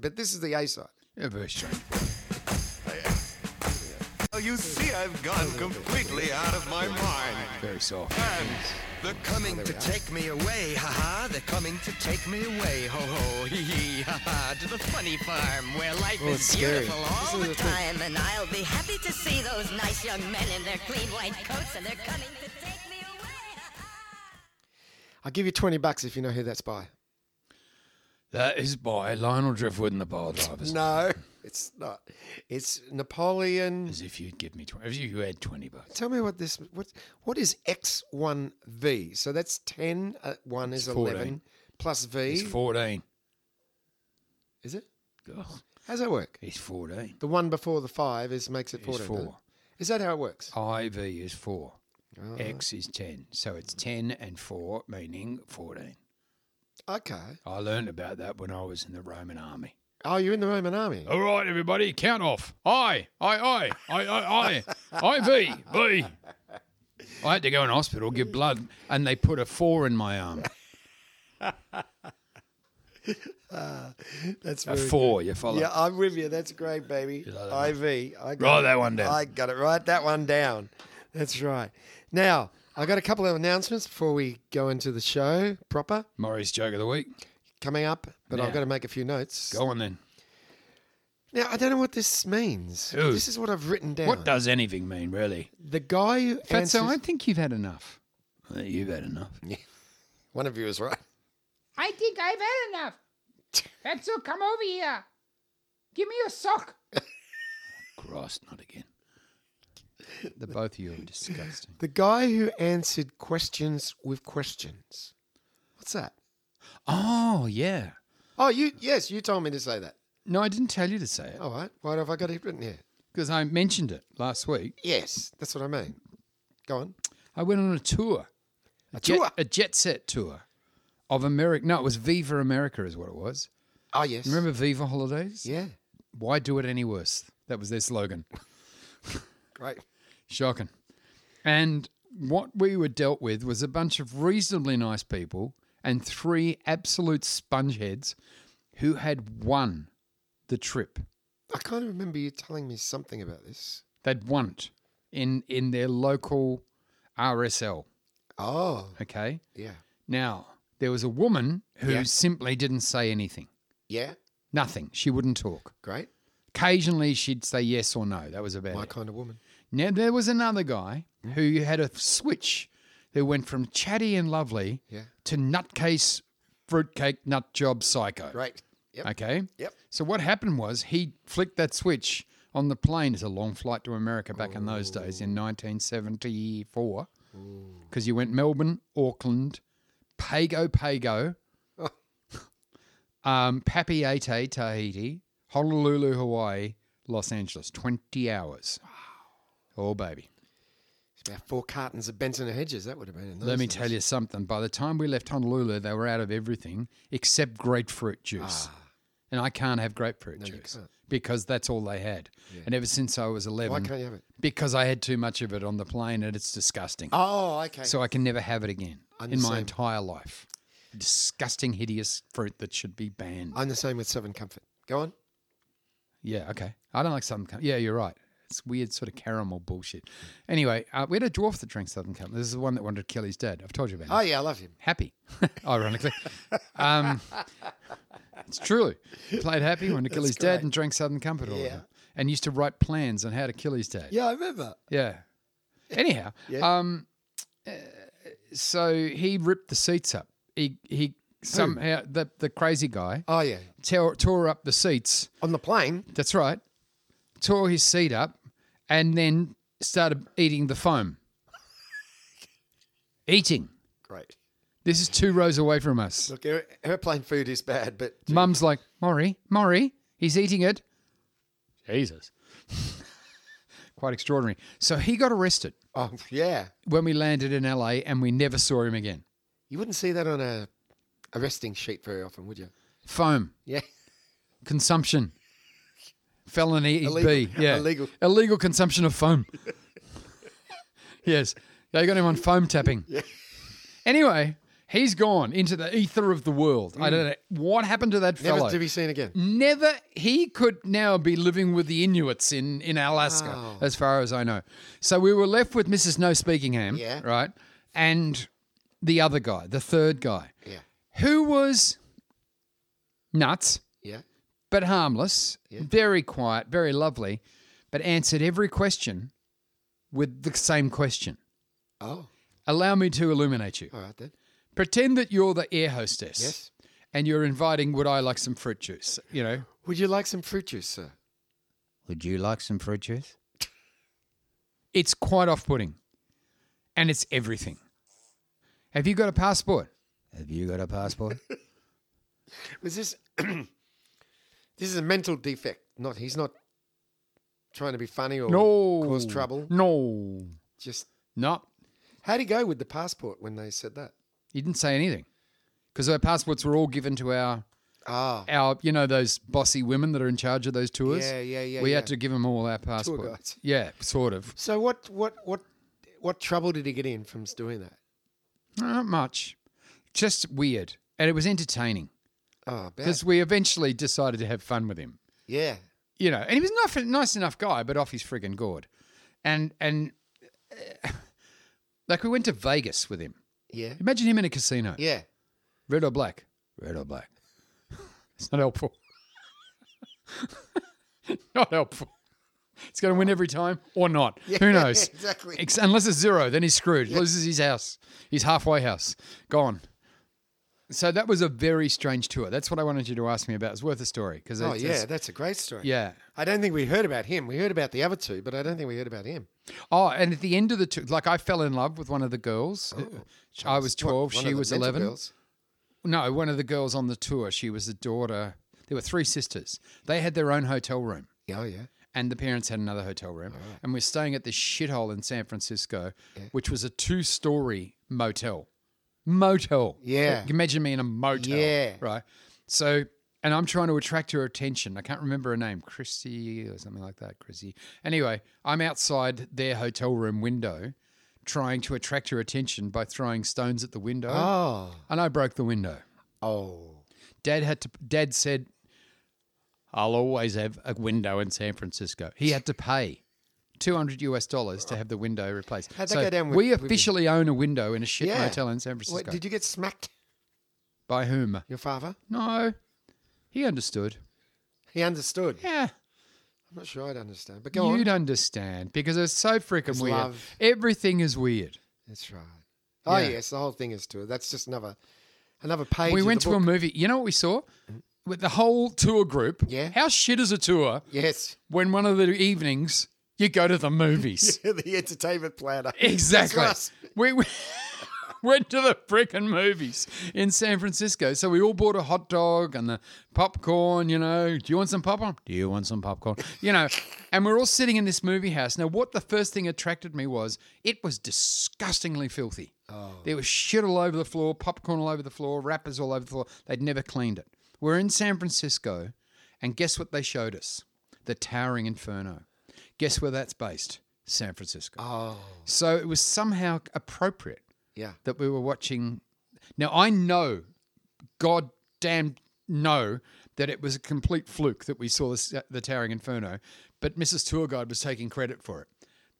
Speaker 2: But this is the A side.
Speaker 1: Yeah, very strange.
Speaker 4: You see, I've gone completely out of my mind.
Speaker 1: Very soft.
Speaker 4: And they're coming to take me away, haha. They're coming to take me away, ho ho, hee hee, haha. To the funny farm where life
Speaker 2: Oh, it's
Speaker 4: is
Speaker 2: scary.
Speaker 4: *laughs* beautiful
Speaker 2: This
Speaker 4: all
Speaker 2: is
Speaker 4: the
Speaker 2: the
Speaker 4: time.
Speaker 2: thing.
Speaker 5: time, and I'll be happy to see those nice young men in their clean white coats, and they're coming to take me away.
Speaker 2: I'll give you 20 bucks if you know who that's by.
Speaker 1: That is by Lionel Driftwood and the Pile Drivers.
Speaker 2: No, it's not. It's Napoleon.
Speaker 1: As if you'd give me 20, as if you had 20 bucks.
Speaker 2: Tell me what this what what is X1V? So that's 10 uh, 1 is
Speaker 1: 14.
Speaker 2: 11 plus V.
Speaker 1: He's 14.
Speaker 2: Is it?
Speaker 1: Ugh,
Speaker 2: How's that work?
Speaker 1: he's 14.
Speaker 2: The one before the 5 is makes it 14.
Speaker 1: He's
Speaker 2: doesn't it?
Speaker 1: 4.
Speaker 2: Is that how it works?
Speaker 1: IV is 4. X is 10. So it's 10 and 4, meaning 14.
Speaker 2: Okay.
Speaker 1: I learned about that when I was in the Roman army.
Speaker 2: Oh, you're in the Roman army.
Speaker 1: All right, everybody, count off. I, I, I, I, I, I, IV, V. I had to go in hospital, give blood, and they put a 4 in my arm.
Speaker 2: That's
Speaker 1: A
Speaker 2: very
Speaker 1: 4, you follow?
Speaker 2: Yeah, I'm with you. That's great, baby. IV. I got
Speaker 1: Write
Speaker 2: it.
Speaker 1: that one down.
Speaker 2: I got it. Write that one down. That's right. Now, I got a couple of announcements before we go into the show proper
Speaker 1: Murray's joke of the week.
Speaker 2: coming up, but
Speaker 1: Now.
Speaker 2: I've got to make a few notes.
Speaker 1: Go on then.
Speaker 2: Now, I don't know what this means.
Speaker 1: Ooh.
Speaker 2: This is what I've written down.
Speaker 1: What does anything mean, really?
Speaker 2: the guy who answers...
Speaker 1: Fatso, I think you've had enough. Uh, You've had enough.
Speaker 2: One of you is right.
Speaker 3: I think I've had enough. Fatso, come over here. Give me your sock.
Speaker 1: Christ, not again. The both of you are disgusting.
Speaker 2: The guy who answered questions with questions. What's that?
Speaker 1: Oh, yeah.
Speaker 2: Oh, you... Yes, you told me to say that.
Speaker 1: No, I didn't tell you to say it
Speaker 2: All right. Why have I got it written here?
Speaker 1: because I mentioned it last week.
Speaker 2: Yes, that's what I mean. Go on.
Speaker 1: I went on a tour,
Speaker 2: A
Speaker 1: jet,
Speaker 2: tour.
Speaker 1: a jet set tour of America. No, it was Viva America, is what it was.
Speaker 2: Oh, yes.
Speaker 1: Remember Viva Holidays?
Speaker 2: Yeah.
Speaker 1: Why do it any worse? That was their slogan.
Speaker 2: Great.
Speaker 1: Shocking. And what we were dealt with was a bunch of reasonably nice people and three absolute spongeheads who had won the trip.
Speaker 2: I kind of remember you telling me something about this.
Speaker 1: They'd won it in, in their local RSL.
Speaker 2: Oh,
Speaker 1: Okay.
Speaker 2: yeah.
Speaker 1: Now, there was a woman who
Speaker 2: Yeah.
Speaker 1: simply didn't say anything.
Speaker 2: Yeah,
Speaker 1: Nothing. She wouldn't talk.
Speaker 2: great.
Speaker 1: Occasionally, she'd say yes or no. That was about
Speaker 2: My
Speaker 1: it.
Speaker 2: kind of woman.
Speaker 1: Now, there was another guy who had a switch who went from chatty and lovely
Speaker 2: Yeah.
Speaker 1: to nutcase, fruitcake, nut job psycho.
Speaker 2: Great. Yep.
Speaker 1: Okay.
Speaker 2: Yep.
Speaker 1: So what happened was he flicked that switch on the plane. It's a long flight to America back in those days in 1974, because you went Melbourne, Auckland, Pago
Speaker 2: *laughs*
Speaker 1: Pago, um, Papeete, Tahiti, Honolulu, Hawaii, Los Angeles. 20 hours. Oh baby.
Speaker 2: About four cartons of Benson and Hedges. That would have been. In those
Speaker 1: Let me
Speaker 2: days.
Speaker 1: tell you something. By the time we left Honolulu, they were out of everything except grapefruit juice. And I can't have grapefruit juice
Speaker 2: Ah. can't.
Speaker 1: because that's all they had. And ever since I was 11,
Speaker 2: Why can't you have it?
Speaker 1: because I had too much of it on the plane and it's disgusting.
Speaker 2: Oh, okay.
Speaker 1: So I can never have it again
Speaker 2: I'm
Speaker 1: in
Speaker 2: the
Speaker 1: my
Speaker 2: same.
Speaker 1: entire life. Disgusting, hideous fruit that should be banned.
Speaker 2: I'm the same with Southern Comfort. Go on.
Speaker 1: Yeah, okay. I don't like Southern Comfort. Yeah, you're right. It's weird, sort of caramel bullshit. Anyway, uh, we had a dwarf that drank Southern Comfort. This is the one that wanted to kill his dad. I've told you about him.
Speaker 2: Oh yeah, I love him.
Speaker 1: happy, ironically. um, it's true. Played happy, wanted to kill his dad, and drank Southern Comfort all the
Speaker 2: Yeah.
Speaker 1: time. And used to write plans on how to kill his dad.
Speaker 2: Yeah, I remember.
Speaker 1: Yeah. Anyhow,
Speaker 2: Yeah.
Speaker 1: um, uh, so he ripped the seats up. He he somehow the the crazy guy
Speaker 2: Oh yeah,
Speaker 1: tore, tore up the seats.
Speaker 2: on the plane.
Speaker 1: That's right. Tore his seat up, and then started eating the foam.
Speaker 2: *laughs*
Speaker 1: Eating.
Speaker 2: Great.
Speaker 1: This is two rows away from us.
Speaker 2: Look, her- airplane food is bad, but
Speaker 1: Mum's like, Maury, Maury, he's eating it. Jesus. *laughs* Quite extraordinary. So he got arrested
Speaker 2: oh yeah,
Speaker 1: when we landed in LA and we never saw him again.
Speaker 2: you wouldn't see that on a arresting sheet very often, would you?
Speaker 1: Foam,
Speaker 2: *laughs* Yeah. *laughs*
Speaker 1: consumption, felony E B.
Speaker 2: Illegal.
Speaker 1: Yeah.
Speaker 2: Illegal.
Speaker 1: Illegal consumption of
Speaker 2: *laughs*
Speaker 1: foam. yes. They got him on foam tapping. Anyway, he's gone into the ether of the world. I don't know what happened to that
Speaker 2: Mm. Never
Speaker 1: fellow.
Speaker 2: to be seen again.
Speaker 1: never he could now be living with the Inuits in in Alaska,
Speaker 2: Wow.
Speaker 1: as far as I know. So we were left with Mrs. No Speakingham,
Speaker 2: Yeah.
Speaker 1: right, and the other guy, the third guy,
Speaker 2: Yeah.
Speaker 1: who was nuts
Speaker 2: Yeah.
Speaker 1: but harmless, very quiet, very lovely, but answered every question with the same question.
Speaker 2: Oh,
Speaker 1: Allow me to illuminate you.
Speaker 2: all right then.
Speaker 1: Pretend that you're the air hostess.
Speaker 2: Yes.
Speaker 1: And you're inviting, would I like some fruit juice? You know,
Speaker 2: Would you like some fruit juice, sir?
Speaker 1: Would you like some fruit juice? It's quite off putting. And it's everything. Have you got a passport? Have you got a passport?
Speaker 2: Was this? *clears throat* this is a mental defect. Not he's not trying to be funny
Speaker 1: *laughs*
Speaker 2: or
Speaker 1: no.
Speaker 2: cause trouble.
Speaker 1: No.
Speaker 2: Just
Speaker 1: No.
Speaker 2: how'd he go with the passport when they said that?
Speaker 1: He didn't say anything. Because our passports were all given to our
Speaker 2: Ah,
Speaker 1: our you know those bossy women that are in charge of those tours.
Speaker 2: Yeah, yeah, yeah,
Speaker 1: We
Speaker 2: yeah.
Speaker 1: had to give them all our passports.
Speaker 2: guides.
Speaker 1: Yeah, sort of.
Speaker 2: so what? What? What? What trouble did he get in from doing that?
Speaker 1: Not much. Just weird. And it was entertaining
Speaker 2: Oh, bad.
Speaker 1: because we eventually decided to have fun with him.
Speaker 2: yeah.
Speaker 1: you know, and he was not a nice enough guy, but off his friggin' gourd. And and uh, like we went to Vegas with him.
Speaker 2: Yeah.
Speaker 1: Imagine him in a casino,
Speaker 2: Yeah.
Speaker 1: red or black, red or black. *laughs* it's not helpful. *laughs* not helpful. It's going to win every time or not. Who knows?
Speaker 2: *laughs* exactly.
Speaker 1: Ex- unless it's zero, then he's screwed. Loses his house, his halfway house, gone. So that was a very strange tour. That's what I wanted you to ask me about. It's worth a story because
Speaker 2: Oh, yeah. That's a great story.
Speaker 1: yeah.
Speaker 2: I don't think we heard about him. We heard about the other two, but I don't think we heard about him.
Speaker 1: Oh, and at the end of the two, like I fell in love with one of the girls. Uh, I was
Speaker 2: Oh, What,
Speaker 1: twelve;
Speaker 2: one
Speaker 1: she
Speaker 2: of the
Speaker 1: was
Speaker 2: mental
Speaker 1: eleven.
Speaker 2: girls?
Speaker 1: No, one of the girls on the tour. She was the daughter. There were three sisters. They had their own hotel room,
Speaker 2: Yeah, Oh, yeah.
Speaker 1: and the parents had another hotel room. And we're staying at this shithole in San Francisco, which was a two-story motel. Motel.
Speaker 2: Yeah.
Speaker 1: Imagine me in a motel.
Speaker 2: Yeah.
Speaker 1: Right. So, and I'm trying to attract her attention. I can't remember her name, Chrissy or something like that. Chrissy. Anyway, I'm outside their hotel room window trying to attract your attention by throwing stones at the window.
Speaker 2: Oh.
Speaker 1: And I broke the window.
Speaker 2: Oh.
Speaker 1: Dad had to. Dad said, "I'll always have a window in San Francisco." He had to pay two hundred US dollars to have the window replaced.
Speaker 2: How'd that
Speaker 1: so
Speaker 2: go down with-
Speaker 1: we
Speaker 2: with you?
Speaker 1: officially own a window in a shit motel in San
Speaker 2: Wait,
Speaker 1: Francisco.
Speaker 2: did you get smacked?
Speaker 1: By whom?
Speaker 2: Your father?
Speaker 1: No, he understood.
Speaker 2: He understood.
Speaker 1: Yeah,
Speaker 2: I'm not sure I'd understand, but go
Speaker 1: you'd
Speaker 2: on.
Speaker 1: understand because it's so freaking
Speaker 2: It's
Speaker 1: weird.
Speaker 2: love.
Speaker 1: Everything is weird.
Speaker 2: That's right. Oh
Speaker 1: Yeah.
Speaker 2: yes, the whole thing is to it. That's just another another page.
Speaker 1: we
Speaker 2: of
Speaker 1: went
Speaker 2: the
Speaker 1: to a
Speaker 2: book.
Speaker 1: movie. You know what we saw? With the whole tour group.
Speaker 2: Yeah.
Speaker 1: How shit is a tour
Speaker 2: yes, *laughs*
Speaker 1: when one of the evenings you go to the movies?
Speaker 2: the entertainment planner.
Speaker 1: Exactly.
Speaker 2: That's us.
Speaker 1: We, *laughs* we went to the frickin' movies in San Francisco. So we all bought a hot dog and the popcorn, you know. Do you want some popcorn? Do you want some popcorn? You know, and we're all sitting in this movie house. Now, what the first thing attracted me was it was disgustingly filthy.
Speaker 2: Oh.
Speaker 1: There was shit all over the floor, popcorn all over the floor, wrappers all over the floor. They'd never cleaned it. We're in San Francisco, and guess what they showed us? The Towering Inferno. Guess where that's based? San Francisco.
Speaker 2: Oh
Speaker 1: So it was somehow appropriate
Speaker 2: yeah.
Speaker 1: that we were watching. Now I know, God damn know that it was a complete fluke that we saw this, the Towering Inferno, but Mrs. Tour Guide was taking credit for it.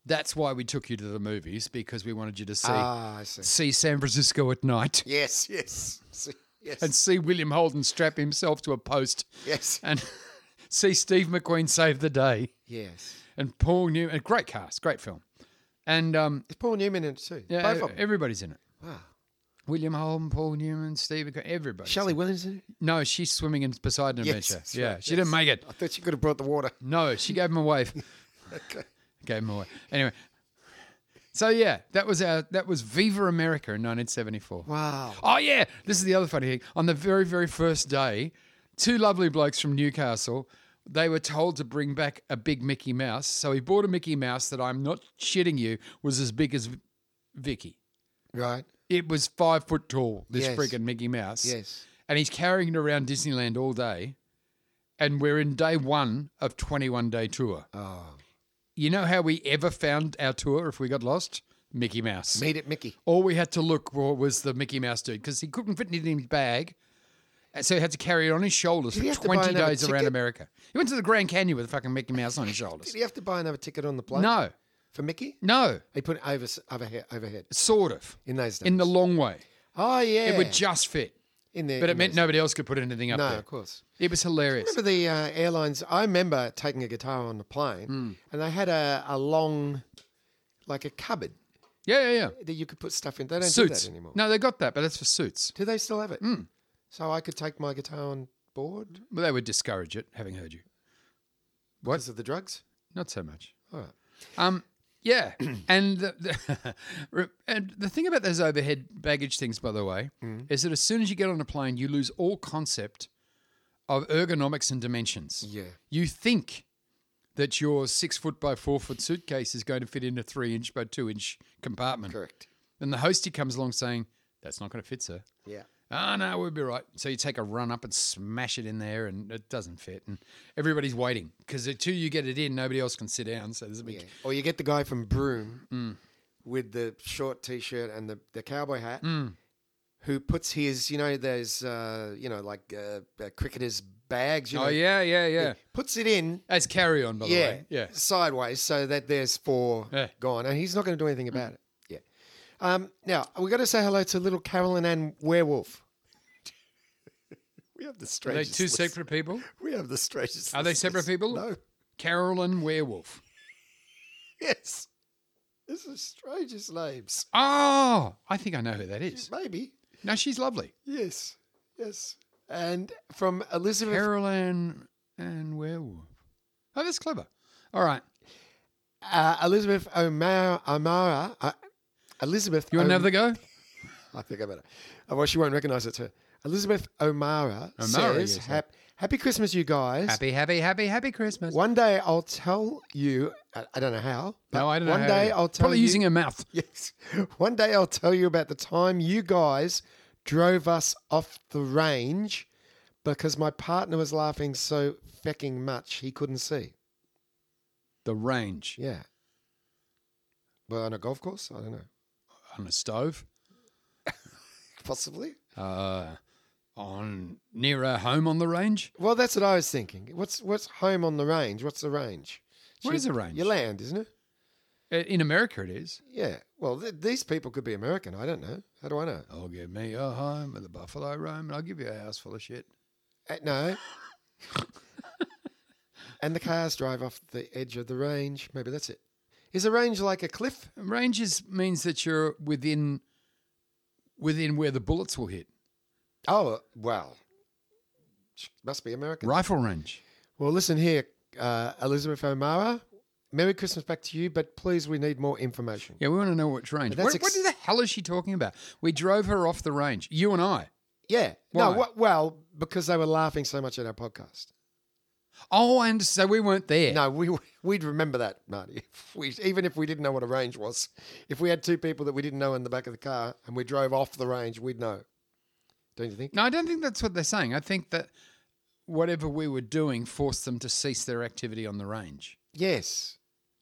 Speaker 1: That's why we took you to the movies because we wanted you to see
Speaker 2: Ah, I see.
Speaker 1: see San Francisco at night *laughs*
Speaker 2: Yes, yes, *laughs* See, yes,
Speaker 1: and see William Holden strap himself to a post
Speaker 2: yes,
Speaker 1: and *laughs* see Steve McQueen save the day
Speaker 2: yes.
Speaker 1: and Paul Newman. a Great cast, great film, and um,
Speaker 2: It's Paul Newman in it too.
Speaker 1: yeah, e-,
Speaker 2: Both of them.
Speaker 1: everybody's in it.
Speaker 2: Wow.
Speaker 1: William Holden, Paul Newman, Stephen, Co- everybody.
Speaker 2: Shelley Williams in it.
Speaker 1: No, she's swimming in Poseidon
Speaker 2: Yes,
Speaker 1: Adventure.
Speaker 2: that's
Speaker 1: yeah,
Speaker 2: right,
Speaker 1: she didn't
Speaker 2: yes.
Speaker 1: make it.
Speaker 2: I thought she could have brought the water.
Speaker 1: No, she gave him a wave.
Speaker 2: *laughs* Okay.
Speaker 1: *laughs* gave him a wave. Anyway, so yeah, that was our that was Viva America in 1974.
Speaker 2: Wow.
Speaker 1: Oh yeah, this is the other funny thing. On the very very first day, two lovely blokes from Newcastle. They were told to bring back a big Mickey Mouse, so he bought a Mickey Mouse that I'm not shitting you was as big as Vicky.
Speaker 2: Right.
Speaker 1: It was five foot tall. This
Speaker 2: Yes.
Speaker 1: friggin' Mickey Mouse
Speaker 2: Yes.
Speaker 1: and he's carrying it around Disneyland all day. And we're in day one of 21 day tour.
Speaker 2: Oh.
Speaker 1: You know how we ever found our tour if we got lost? Mickey Mouse.
Speaker 2: Meet it, Mickey.
Speaker 1: All we had to look for was the Mickey Mouse dude because he couldn't fit it in his bag. And so he had to carry it on his shoulders
Speaker 2: Did he
Speaker 1: for
Speaker 2: have to buy
Speaker 1: 20
Speaker 2: another
Speaker 1: days around
Speaker 2: ticket?
Speaker 1: America. He went to the Grand Canyon with a fucking Mickey Mouse on his
Speaker 2: Did
Speaker 1: shoulders.
Speaker 2: he have to buy another ticket on the plane?
Speaker 1: No,
Speaker 2: For Mickey?
Speaker 1: no,
Speaker 2: He put it over, overhead, overhead
Speaker 1: sort of.
Speaker 2: in those days.
Speaker 1: In the long way.
Speaker 2: oh yeah.
Speaker 1: It would just fit.
Speaker 2: in there,
Speaker 1: But it
Speaker 2: in
Speaker 1: meant
Speaker 2: those-
Speaker 1: nobody else could put anything up
Speaker 2: No,
Speaker 1: there.
Speaker 2: of course.
Speaker 1: It was hilarious.
Speaker 2: Remember the uh, airlines? I remember taking a guitar on the plane,
Speaker 1: Hmm.
Speaker 2: and they had a, a long, like a cupboard
Speaker 1: Yeah, yeah, yeah.
Speaker 2: that you could put stuff in. They don't
Speaker 1: suits.
Speaker 2: do that anymore.
Speaker 1: No, Hmm. they got that, but that's for suits.
Speaker 2: Do they still have it? So I could take my guitar on board
Speaker 1: Well, they would discourage it, having heard you.
Speaker 2: because of the drugs.
Speaker 1: Not so much.
Speaker 2: All right.
Speaker 1: Um, yeah, *clears throat* and the, the *laughs* re- and the thing about those overhead baggage things, by the way,
Speaker 2: Hmm.
Speaker 1: is that as soon as you get on a plane, you lose all concept of ergonomics and dimensions.
Speaker 2: Yeah.
Speaker 1: You think that your six foot by four foot suitcase is going to fit in a three inch by two inch compartment,
Speaker 2: Correct.
Speaker 1: and the hostie comes along saying, "That's not going to fit, sir."
Speaker 2: Yeah.
Speaker 1: Ah, no, we'll be right. So you take a run up and smash it in there, and it doesn't fit. And everybody's waiting because until you get it in, nobody else can sit down. So there's a big.
Speaker 2: Yeah. Or you get the guy from Broome
Speaker 1: Mm.
Speaker 2: with the short t-shirt and the, the cowboy hat,
Speaker 1: Mm.
Speaker 2: who puts his, you know, those, uh, you know, like uh, uh, cricketers' bags. You know,
Speaker 1: Oh, yeah, yeah, yeah.
Speaker 2: Puts it in
Speaker 1: That's carry on, by the
Speaker 2: yeah,
Speaker 1: way. Yeah.
Speaker 2: sideways so that there's four
Speaker 1: Yeah. Mm.
Speaker 2: gone, and he's not going to do anything about it. Yeah. Um, now we got to say hello to little Carolyn and Werewolf. *laughs* we have the
Speaker 1: Are they
Speaker 2: strangest.
Speaker 1: two
Speaker 2: list.
Speaker 1: separate people?
Speaker 2: We have the strangest.
Speaker 1: Are they
Speaker 2: list.
Speaker 1: separate people?
Speaker 2: No.
Speaker 1: Carolyn Werewolf.
Speaker 2: Yes. This is strangest names.
Speaker 1: Oh, I think I know who that is.
Speaker 2: Maybe.
Speaker 1: No, she's
Speaker 2: *laughs*
Speaker 1: lovely.
Speaker 2: Yes. Yes. And from Elizabeth
Speaker 1: Carolyn and Werewolf. Oh, that's clever. All right.
Speaker 2: uh, Elizabeth O'Mara O'Mara uh, Elizabeth.
Speaker 1: You want
Speaker 2: O'M-
Speaker 1: another
Speaker 2: *laughs*
Speaker 1: go?
Speaker 2: I think I better. Otherwise, she won't recognize it. Too. Elizabeth O'Mara,
Speaker 1: O'Mara,
Speaker 2: says,
Speaker 1: yes,
Speaker 2: "Hap- "Happy Christmas, you guys.
Speaker 1: Happy, happy, happy, happy Christmas.
Speaker 2: One day I'll tell you. I, I don't know how. but
Speaker 1: No, I don't know.
Speaker 2: One
Speaker 1: how
Speaker 2: day
Speaker 1: to-
Speaker 2: I'll tell
Speaker 1: Probably
Speaker 2: you.
Speaker 1: using her mouth.
Speaker 2: *laughs* yes. One day I'll tell you about the time you guys drove us off the range because my partner was laughing so fecking much he couldn't see.
Speaker 1: The range.
Speaker 2: Yeah. Well, on a golf course, I don't know.
Speaker 1: on a stove,
Speaker 2: possibly.
Speaker 1: uh, on near our home on the range.
Speaker 2: Well, that's what I was thinking. What's what's home on the range? What's the range?
Speaker 1: What
Speaker 2: Should-
Speaker 1: is a range?
Speaker 2: Your land, isn't it?
Speaker 1: Uh, In America, it is.
Speaker 2: Yeah. Well, th- these people could be American. I don't know. How do I know?
Speaker 1: I'll give me a home with a buffalo roam, and I'll give you a house full of shit.
Speaker 2: Uh, no. and the cars drive off the edge of the range. Maybe that's it. Is a range like a cliff?
Speaker 1: Ranges means that you're within within where the bullets will hit.
Speaker 2: Oh, well. Must be American.
Speaker 1: Rifle range.
Speaker 2: Well, listen here, uh, Elizabeth O'Mara. Merry Christmas back to you, but please, we need more information.
Speaker 1: Yeah, we want to know which range.
Speaker 2: But
Speaker 1: What,
Speaker 2: that's
Speaker 1: what
Speaker 2: ex-
Speaker 1: the hell is she talking about? We drove her off the range. You and I.
Speaker 2: Yeah.
Speaker 1: Why?
Speaker 2: No, wh- well, because they were laughing so much at our podcast.
Speaker 1: Oh, and so we weren't there.
Speaker 2: No, we we'd remember that, Marty. *laughs* If we, even if we didn't know what a range was, if we had two people that we didn't know in the back of the car and we drove off the range, we'd know. Don't you think?
Speaker 1: No, I don't think that's what they're saying. I think that whatever we were doing forced them to cease their activity on the range.
Speaker 2: Yes,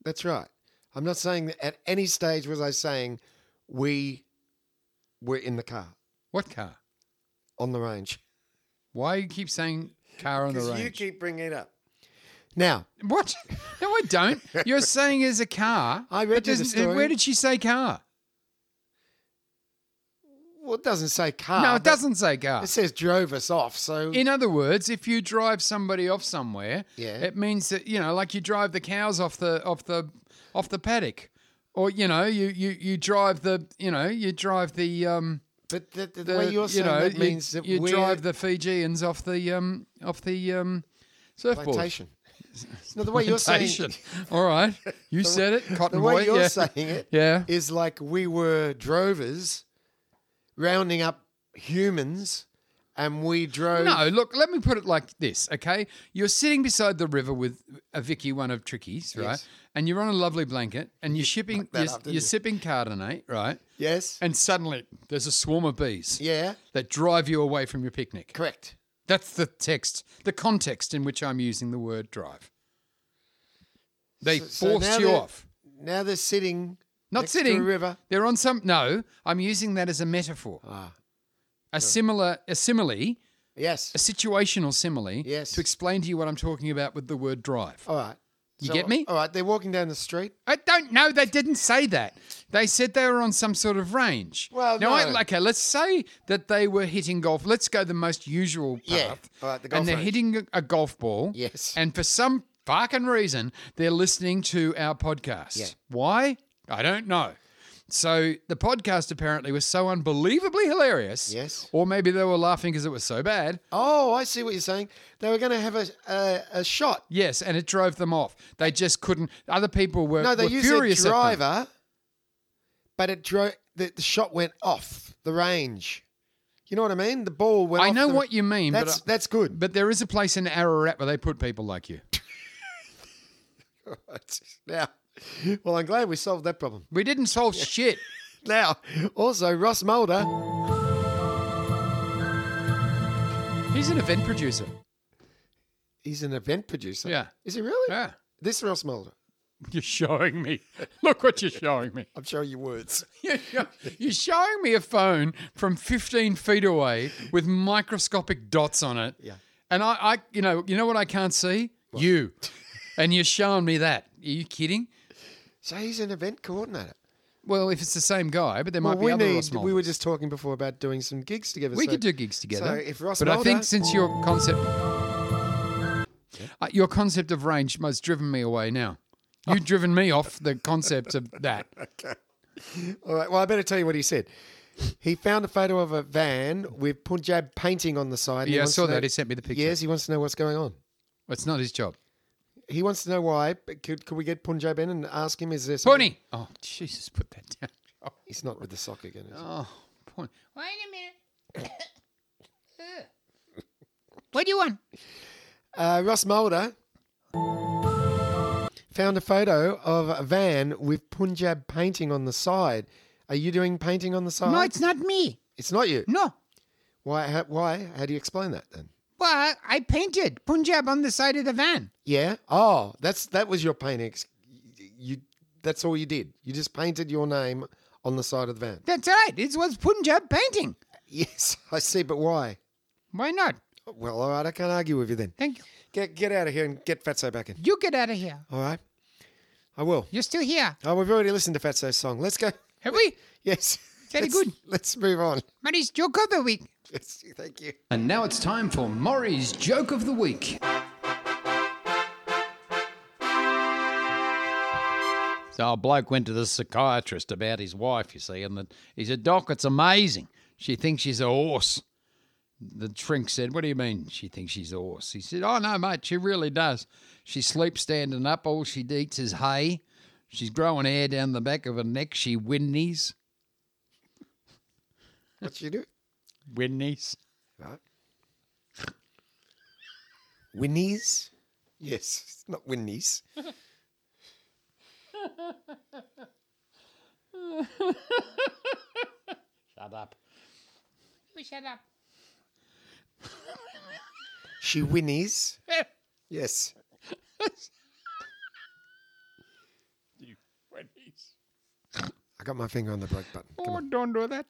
Speaker 2: that's right. I'm not saying that at any stage was I saying we were in the car
Speaker 1: What car?
Speaker 2: on the range.
Speaker 1: Why you keep saying car on the range?
Speaker 2: keep bringing it up. Now,
Speaker 1: What? No, I
Speaker 2: *laughs*
Speaker 1: don't. You're saying there's a car.
Speaker 2: I read
Speaker 1: but
Speaker 2: you the
Speaker 1: there's-
Speaker 2: story.
Speaker 1: Where did she say car?
Speaker 2: well, it doesn't say car.
Speaker 1: no, it
Speaker 2: Ah, but
Speaker 1: doesn't say car.
Speaker 2: It says drove us off. So
Speaker 1: In other words, if you drive somebody off somewhere,
Speaker 2: Yeah.
Speaker 1: it means that you know, like you drive the cows off the off the off the paddock, or you know, you you you drive the you know you drive the um
Speaker 2: but the, the,
Speaker 1: the
Speaker 2: way you're
Speaker 1: you
Speaker 2: saying
Speaker 1: know
Speaker 2: that
Speaker 1: you-
Speaker 2: means that
Speaker 1: you
Speaker 2: we're
Speaker 1: drive the Fijians off the um off the um surfboard.
Speaker 2: plantation. No, the way you're saying
Speaker 1: Plantation. All right, you said it, *laughs* Cotton
Speaker 2: *laughs* The way
Speaker 1: Boy,
Speaker 2: you're
Speaker 1: yeah.
Speaker 2: saying it is
Speaker 1: Yeah.
Speaker 2: like we were drovers rounding up humans and we drove.
Speaker 1: No, look, let me put it like this, okay? You're sitting beside the river with a Vicky, one of Tricky's, right?
Speaker 2: Yes.
Speaker 1: And you're on a lovely blanket and you're shipping
Speaker 2: that
Speaker 1: you're,
Speaker 2: up, didn't
Speaker 1: you're
Speaker 2: you?
Speaker 1: sipping cardinate, right?
Speaker 2: Yes.
Speaker 1: And suddenly there's a swarm of bees
Speaker 2: yeah.
Speaker 1: that drive you away from your picnic.
Speaker 2: Correct.
Speaker 1: That's the text, the context in which I'm using the word drive. They
Speaker 2: So- so
Speaker 1: forced
Speaker 2: now
Speaker 1: you
Speaker 2: they're-
Speaker 1: off.
Speaker 2: Now they're sitting.
Speaker 1: Not
Speaker 2: next
Speaker 1: sitting.
Speaker 2: To a river.
Speaker 1: They're on some No, I'm using that as a metaphor.
Speaker 2: Ah.
Speaker 1: A similar a simile,
Speaker 2: Yes.
Speaker 1: a situational simile
Speaker 2: Yes.
Speaker 1: to explain to you what I'm talking about with the word drive.
Speaker 2: All right.
Speaker 1: You get me?
Speaker 2: All right. They're walking down the street.
Speaker 1: I don't know. They didn't say that. They said they were on some sort of range.
Speaker 2: Well,
Speaker 1: now,
Speaker 2: no.
Speaker 1: I, okay, let's say that they were hitting golf. Let's go the most usual path.
Speaker 2: Yeah, all right, the golf
Speaker 1: and they're
Speaker 2: range.
Speaker 1: hitting a, a golf ball.
Speaker 2: Yes.
Speaker 1: And for some fucking reason, they're listening to our podcast.
Speaker 2: Yeah.
Speaker 1: Why? I don't know. So the podcast apparently was so unbelievably hilarious.
Speaker 2: Yes.
Speaker 1: Or maybe they were laughing because it was so bad.
Speaker 2: Oh, I see what you're saying. They were going to have a, a a shot.
Speaker 1: Yes, and it drove them off. They just couldn't. Other people were,
Speaker 2: No, they
Speaker 1: were
Speaker 2: used
Speaker 1: furious
Speaker 2: a
Speaker 1: at them.
Speaker 2: driver, but it drove. The, the shot went off the range. You know what I mean? The ball went.
Speaker 1: I
Speaker 2: off
Speaker 1: know
Speaker 2: the-
Speaker 1: what you mean, but
Speaker 2: That's
Speaker 1: I-
Speaker 2: that's good. *laughs*
Speaker 1: But there is a place in Ararat where they put people like you.
Speaker 2: Right. Now, well, I'm glad we solved that problem.
Speaker 1: We didn't solve shit.
Speaker 2: Now, also Ross Mulder.
Speaker 1: He's an event producer.
Speaker 2: He's an event producer.
Speaker 1: Yeah.
Speaker 2: Is he really?
Speaker 1: Yeah.
Speaker 2: This Ross Mulder.
Speaker 1: Ah, You're showing me. *laughs* Look what you're showing me.
Speaker 2: I'm showing you words.
Speaker 1: *laughs* You're show- you're showing me a phone from 15 feet away with microscopic dots on it.
Speaker 2: Yeah.
Speaker 1: And I, I you know, you know what I can't see? You. And you're showing me that. Are you kidding?
Speaker 2: So he's an event coordinator.
Speaker 1: Well, if it's the same guy, but there
Speaker 2: Well,
Speaker 1: might be
Speaker 2: we
Speaker 1: other
Speaker 2: need.
Speaker 1: Ross
Speaker 2: We were
Speaker 1: Mulders.
Speaker 2: just talking before about doing some gigs together.
Speaker 1: We
Speaker 2: so-
Speaker 1: could do gigs together.
Speaker 2: so if Ross
Speaker 1: but I
Speaker 2: Mulder-
Speaker 1: think since your concept, uh, your concept of range has driven me away now.
Speaker 2: Oh.
Speaker 1: You've driven me off the concept of
Speaker 2: *laughs*
Speaker 1: that.
Speaker 2: All right. Well, I better tell you what he said. He found a photo of a van with Punjab painting on the side. and he
Speaker 1: Yeah, I
Speaker 2: wants
Speaker 1: saw
Speaker 2: to know-
Speaker 1: that. He sent me the picture.
Speaker 2: Yes, he wants to know what's going on.
Speaker 1: It's not his job.
Speaker 2: He wants to know why. But could, could we get Punjab in and ask him? Is there something-
Speaker 1: Pony. Oh, Jesus, put that down.
Speaker 2: He's not with the sock again. Is he?
Speaker 1: Oh, Pony.
Speaker 3: Wait a minute. *coughs* Ugh. what do you want?
Speaker 2: Uh, Ross Mulder found a photo of a van with Punjab painting on the side. Are you doing painting on the side?
Speaker 3: No, it's not me.
Speaker 2: It's not you.
Speaker 3: No.
Speaker 2: Why? How, why? How do you explain that then?
Speaker 3: Well, I painted Punjab on the side of the van.
Speaker 2: Yeah. Oh, that's that was your painting. ex- You. That's all you did. You just painted your name on the side of the van.
Speaker 3: That's right. It was Punjab painting.
Speaker 2: *laughs* Yes, I see, but why?
Speaker 3: Why not?
Speaker 2: Well, all right, I can't argue with you then.
Speaker 3: Thank you.
Speaker 2: Get get out of here and get Fatso back in.
Speaker 3: You get out of here.
Speaker 2: All right, I will.
Speaker 3: You're still here.
Speaker 2: Oh, we've already listened to Fatso's song. Let's go. *laughs*
Speaker 3: Have we?
Speaker 2: Yes.
Speaker 3: Very
Speaker 2: let's,
Speaker 3: good.
Speaker 2: Let's move on.
Speaker 3: Money's joke of the week.
Speaker 2: Yes, thank you.
Speaker 1: And now it's time for Maury's joke of the week. So a bloke went to the psychiatrist about his wife, you see, and the, he said, Doc, it's amazing. She thinks she's a horse. The shrink said, What do you mean she thinks she's a horse? He said, Oh, no, mate, she really does. She sleeps standing up. All she eats is hay. She's growing hair down the back of her neck. She whinnies.
Speaker 2: What you do?
Speaker 1: Whinnies.
Speaker 2: Right. *laughs* Winnies? Yes, not Winnies.
Speaker 1: *laughs* Shut up.
Speaker 3: We shut up.
Speaker 2: She
Speaker 3: *laughs*
Speaker 2: whinnies.
Speaker 1: *laughs*
Speaker 2: yes. I got my finger on the break button. Come
Speaker 1: Oh,
Speaker 2: on.
Speaker 1: don't do that.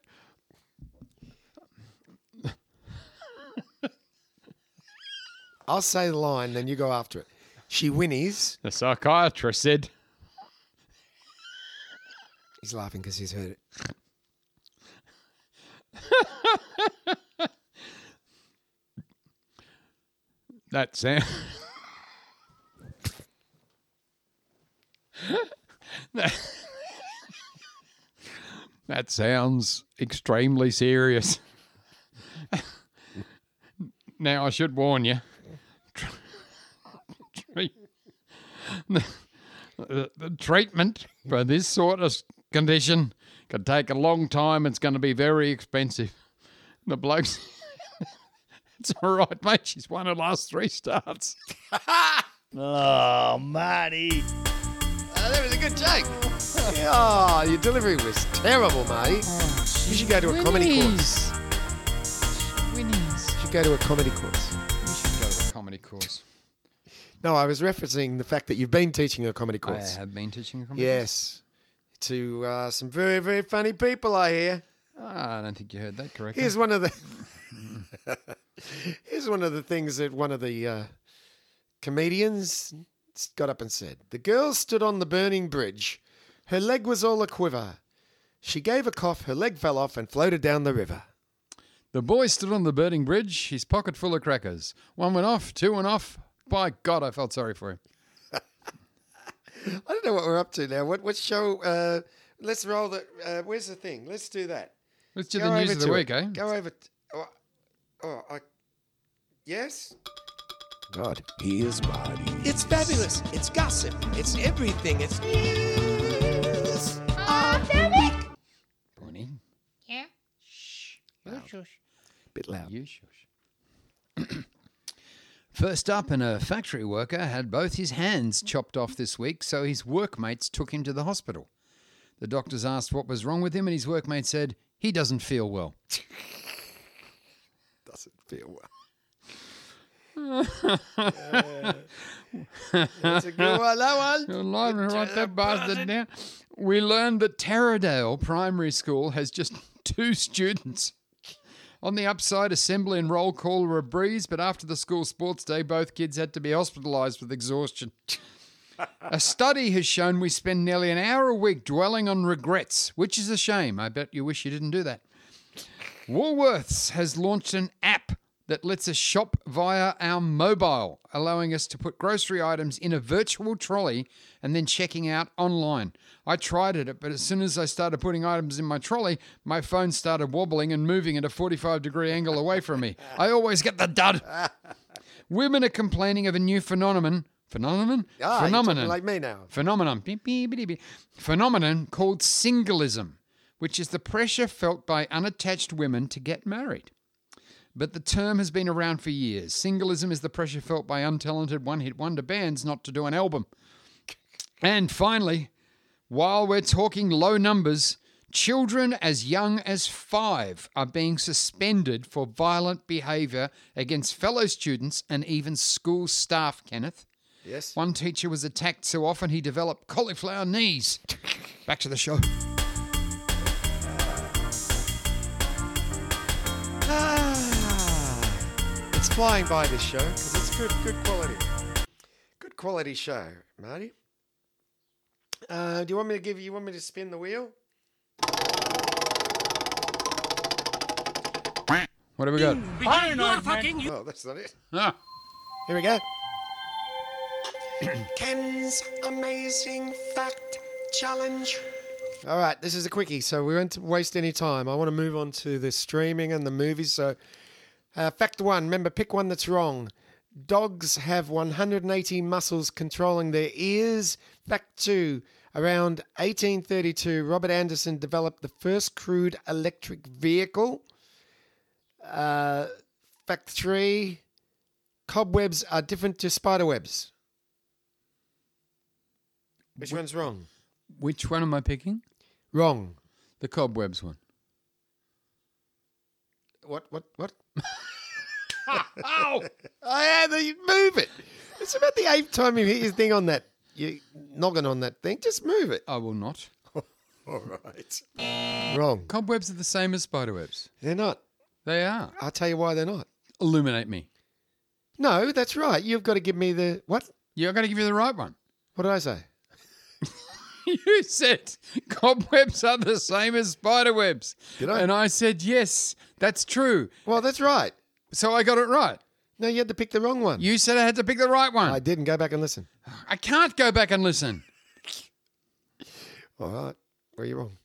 Speaker 2: I'll say the line, then you go after it. She whinnies.
Speaker 1: The psychiatrist said,
Speaker 2: He's laughing because he's *laughs* heard it.
Speaker 1: That sound. *laughs* that, that sounds extremely serious. now, I should warn you. tr- treat- the, the treatment for this sort of condition can take a long time. It's going to be very expensive. The bloke's. *laughs* It's all right, mate. She's won her last three starts.
Speaker 2: Oh, that was a good joke. *laughs* oh, your delivery was terrible, Marty. You should go to a comedy course.
Speaker 3: Winnies.
Speaker 2: You should go to a comedy course.
Speaker 1: Go to a comedy course.
Speaker 2: No, I was referencing the fact that you've been teaching a comedy
Speaker 1: I
Speaker 2: course.
Speaker 1: have been teaching a comedy
Speaker 2: Yes. To uh, some very, very funny people, I hear.
Speaker 1: course. Ah, I don't think you heard that correctly.
Speaker 2: Here's one of the *laughs* here's one of the things that one of the uh, comedians s- got up and said. The girl stood on the burning bridge. Her leg was all a quiver. She gave a cough. Her leg fell off and floated down the river.
Speaker 1: The boy stood on the burning bridge, his pocket full of crackers. One went off, two went off. By God, I felt sorry for him.
Speaker 2: I don't know what we're up to now. What what show? Uh, let's roll the. Uh, where's the thing? Let's do that.
Speaker 1: Let's do
Speaker 2: Go
Speaker 1: the news
Speaker 2: over
Speaker 1: of the
Speaker 2: to
Speaker 1: week,
Speaker 2: it.
Speaker 1: eh?
Speaker 2: Go over. T- oh, oh, I, yes.
Speaker 6: God, he is mighty.
Speaker 4: It's fabulous. It's gossip. It's everything. It's news.
Speaker 1: Bonnie,
Speaker 3: Yeah. Shh. You shush.
Speaker 2: Bit loud.
Speaker 1: you shush. *clears throat* First up, and a factory worker had both his hands chopped off this week, so his workmates took him to the hospital. The doctors asked what was wrong with him, and his workmate said, He doesn't feel well.
Speaker 2: Doesn't feel well. That's a good one.
Speaker 1: *laughs*
Speaker 2: That one. Ah,
Speaker 1: You're lying to write that bastard down. We learned that Tarradale Primary School has just *laughs* two students. On the upside, assembly and roll call were a breeze, but after the school sports day, both kids had to be hospitalised with exhaustion. a study has shown we spend nearly an hour a week dwelling on regrets, which is a shame. I bet you wish you didn't do that. Woolworths has launched an app that lets us shop via our mobile, allowing us to put grocery items in a virtual trolley and then checking out online. I tried it, but as soon as I started putting items in my trolley, my phone started wobbling and moving at a 45 degree angle away from
Speaker 2: *laughs*
Speaker 1: me. I always get the dud. Women are complaining of a new phenomenon. Phenomenon?
Speaker 2: Ah, you're talking
Speaker 1: phenomenon
Speaker 2: like me now.
Speaker 1: phenomenon beep, beep, beep, beep, phenomenon called singleism, which is the pressure felt by unattached women to get married. But the term has been around for years. Singleism is the pressure felt by untalented one-hit wonder bands not to do an album. And finally, while we're talking low numbers, children as young as five are being suspended for violent behaviour against fellow students and even school staff, Kenneth.
Speaker 2: Yes.
Speaker 1: One teacher was attacked so often he developed cauliflower knees. Back to the show.
Speaker 2: Ah, flying by this show because it's good, good quality. Good quality show, Marty. Uh, do you want me to give you want me to spin the wheel?
Speaker 1: What have we got?
Speaker 2: Oh, that's not it.
Speaker 1: Ah,
Speaker 2: Here we go.
Speaker 7: *clears throat* Ken's amazing fact challenge.
Speaker 2: All right, this is a quickie, so we won't waste any time. I want to move on to the streaming and the movies. So, uh, fact one remember, pick one that's wrong. Dogs have 180 muscles controlling their ears. Fact two around 1832, Robert Anderson developed the first crude electric vehicle. Uh, fact three cobwebs are different to spider webs. Which one's wrong?
Speaker 1: which one am I picking?
Speaker 2: Wrong.
Speaker 1: The cobwebs one.
Speaker 2: What? What? What?
Speaker 1: Ow!
Speaker 2: I had to move it. It's about the eighth time you hit your thing on that, you noggin on that thing. Just move it.
Speaker 1: I will not.
Speaker 2: All right. Wrong.
Speaker 1: Cobwebs are the same as spiderwebs.
Speaker 2: They're not.
Speaker 1: They are.
Speaker 2: I'll tell you why they're not.
Speaker 1: Illuminate me.
Speaker 2: No, that's right. You've got to give me the what?
Speaker 1: Yeah, I got to give you the right one. *laughs*
Speaker 2: What did I say?
Speaker 1: You said cobwebs are the same as spiderwebs.
Speaker 2: Did I?
Speaker 1: And I said, yes, that's true.
Speaker 2: Well, that's right.
Speaker 1: So I got it right.
Speaker 2: No, you had to pick the wrong one.
Speaker 1: You said I had to pick the right one.
Speaker 2: I didn't go back and listen.
Speaker 1: I can't go back and listen.
Speaker 2: All right. Were you wrong?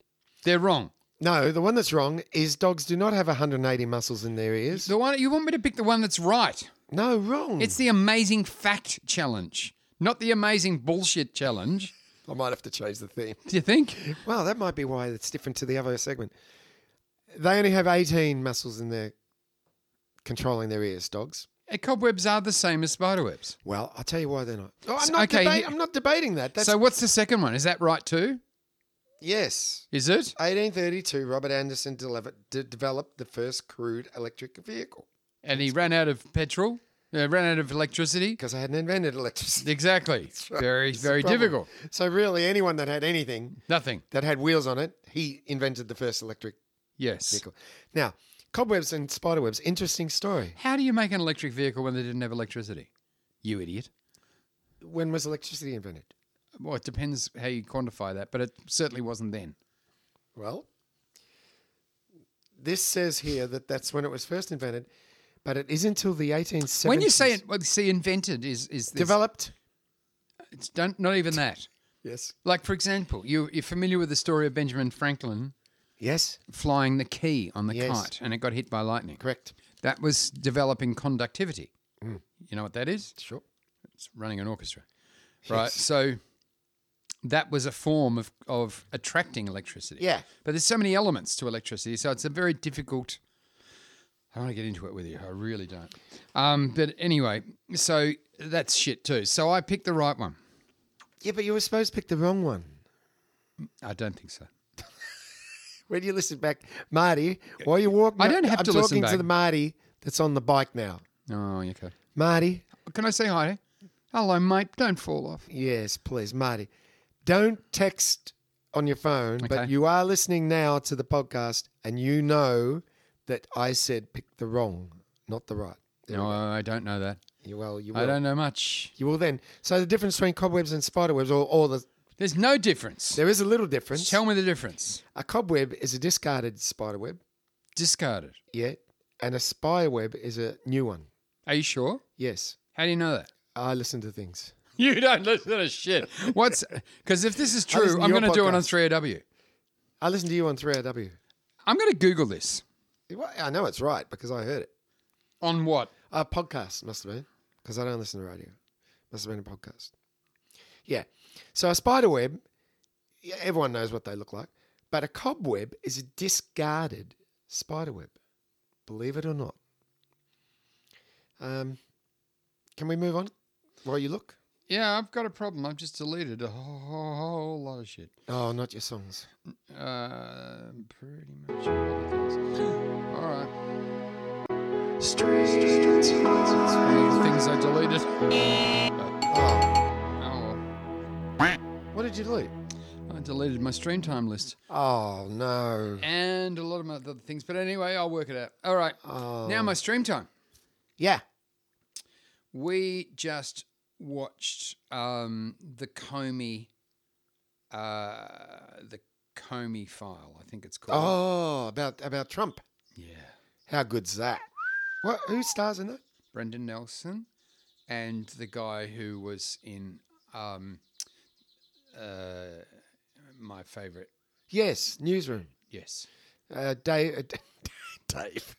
Speaker 1: They're wrong.
Speaker 2: No, the one that's wrong is dogs do not have 180 muscles in their ears.
Speaker 1: The one you want me to pick the one that's right.
Speaker 2: No, wrong.
Speaker 1: It's the amazing fact challenge, not the amazing bullshit challenge.
Speaker 2: I might have to change the theme.
Speaker 1: Do you think?
Speaker 2: Well, that might be why it's different to the other segment. They only have 18 muscles in their controlling their ears, dogs.
Speaker 1: Uh, Cobwebs are the same as spiderwebs.
Speaker 2: Well, I'll tell you why they're not. Oh, I'm,
Speaker 1: So-
Speaker 2: not
Speaker 1: okay,
Speaker 2: deba-
Speaker 1: you-
Speaker 2: I'm not debating that. That's
Speaker 1: So what's the second one? Is that right too?
Speaker 2: yes.
Speaker 1: Is it?
Speaker 2: 1832, Robert Anderson delev- de- developed the first crude electric vehicle
Speaker 1: And he ran out of petrol. Uh, ran out of electricity.
Speaker 2: because I hadn't invented *laughs* electricity.
Speaker 1: Exactly. Very, very
Speaker 2: Problem.
Speaker 1: difficult.
Speaker 2: So really, anyone that had anything
Speaker 1: Nothing.
Speaker 2: that had wheels on it, he invented the first electric
Speaker 1: Yes.
Speaker 2: vehicle. Now, cobwebs and spiderwebs, interesting story.
Speaker 1: How do you make an electric vehicle when they didn't have electricity? You idiot.
Speaker 2: When was electricity invented?
Speaker 1: Well, it depends how you quantify that, but it certainly wasn't then.
Speaker 2: Well, this says here that that's when it was first invented, but it isn't until the 1870s.
Speaker 1: When you say it, well, see, invented is is this,
Speaker 2: developed,
Speaker 1: It's don't not even that.
Speaker 2: yes,
Speaker 1: Like for example, you you're familiar with the story of Benjamin Franklin
Speaker 2: yes,
Speaker 1: flying the key on the
Speaker 2: Yes.
Speaker 1: kite, and it got hit by lightning.
Speaker 2: correct,
Speaker 1: That was developing conductivity. You know what that is?
Speaker 2: Mm. sure,
Speaker 1: It's running an orchestra, right? So that was a form of of attracting electricity.
Speaker 2: yeah.
Speaker 1: But there's so many elements to electricity, so it's a very difficult. I don't want to get into it with you. I really don't. Um, but anyway, so that's shit too. So I picked the right one.
Speaker 2: Yeah, but you were supposed to pick the wrong one.
Speaker 1: I don't think so.
Speaker 2: When you listen back, Marty, while you're walking,
Speaker 1: I don't have
Speaker 2: I'm
Speaker 1: to
Speaker 2: talking
Speaker 1: listen
Speaker 2: to
Speaker 1: back.
Speaker 2: the Marty that's on the bike now.
Speaker 1: Oh, okay.
Speaker 2: Marty,
Speaker 1: Can I say hi? Hello, mate. Don't fall off.
Speaker 2: yes, please, Marty, don't text on your phone, but
Speaker 1: Okay.
Speaker 2: you are listening now to the podcast, and you know that I said pick the wrong, not the right.
Speaker 1: No, I don't know that.
Speaker 2: You- Well, you
Speaker 1: I
Speaker 2: will.
Speaker 1: don't know much.
Speaker 2: You will then. So the difference between cobwebs and spiderwebs, or, or the
Speaker 1: There's no difference.
Speaker 2: there is a little difference.
Speaker 1: Tell me the difference.
Speaker 2: a cobweb is a discarded spiderweb,
Speaker 1: Discarded.
Speaker 2: yeah, and a spiderweb is a new one.
Speaker 1: Are you sure?
Speaker 2: Yes,
Speaker 1: How do you know that?
Speaker 2: I listen to things.
Speaker 1: *laughs* You don't listen to shit. What's because if this is
Speaker 2: listen
Speaker 1: true,
Speaker 2: to
Speaker 1: I'm
Speaker 2: your
Speaker 1: going to do it on
Speaker 2: podcast.
Speaker 1: 3AW.
Speaker 2: I listen to you on 3RW.
Speaker 1: I'm going to Google this.
Speaker 2: Well, I know it's right because I heard it.
Speaker 1: On what?
Speaker 2: A podcast must have been because I don't listen to radio. Must have been a podcast. Yeah. So a spiderweb, yeah, everyone knows what they look like, but a cobweb is a discarded spiderweb. Believe it or not. Um, can we move on while you look?
Speaker 1: Yeah, I've got a problem. I've just deleted a whole, whole, whole lot of shit.
Speaker 2: Oh, not your songs.
Speaker 1: Uh, pretty much all the things. *gasps* All right. All the things I deleted.
Speaker 2: Oh,
Speaker 1: Oh,
Speaker 2: what did you delete?
Speaker 1: well. I deleted my stream time list
Speaker 2: Oh no.
Speaker 1: and a lot of my other things. But anyway, I'll work it out. All right.
Speaker 2: Oh.
Speaker 1: Now my stream time.
Speaker 2: Yeah.
Speaker 1: We just watched um, the Comey, uh, the Comey file. I think it's called.
Speaker 2: Oh, about about Trump.
Speaker 1: yeah.
Speaker 2: How good's that? What? Who stars in that?
Speaker 1: Brendan Nelson, and the guy who was in um, uh, my favorite.
Speaker 2: Yes, newsroom.
Speaker 1: Yes. *laughs*
Speaker 2: Uh, Dave. Uh, *laughs* Dave.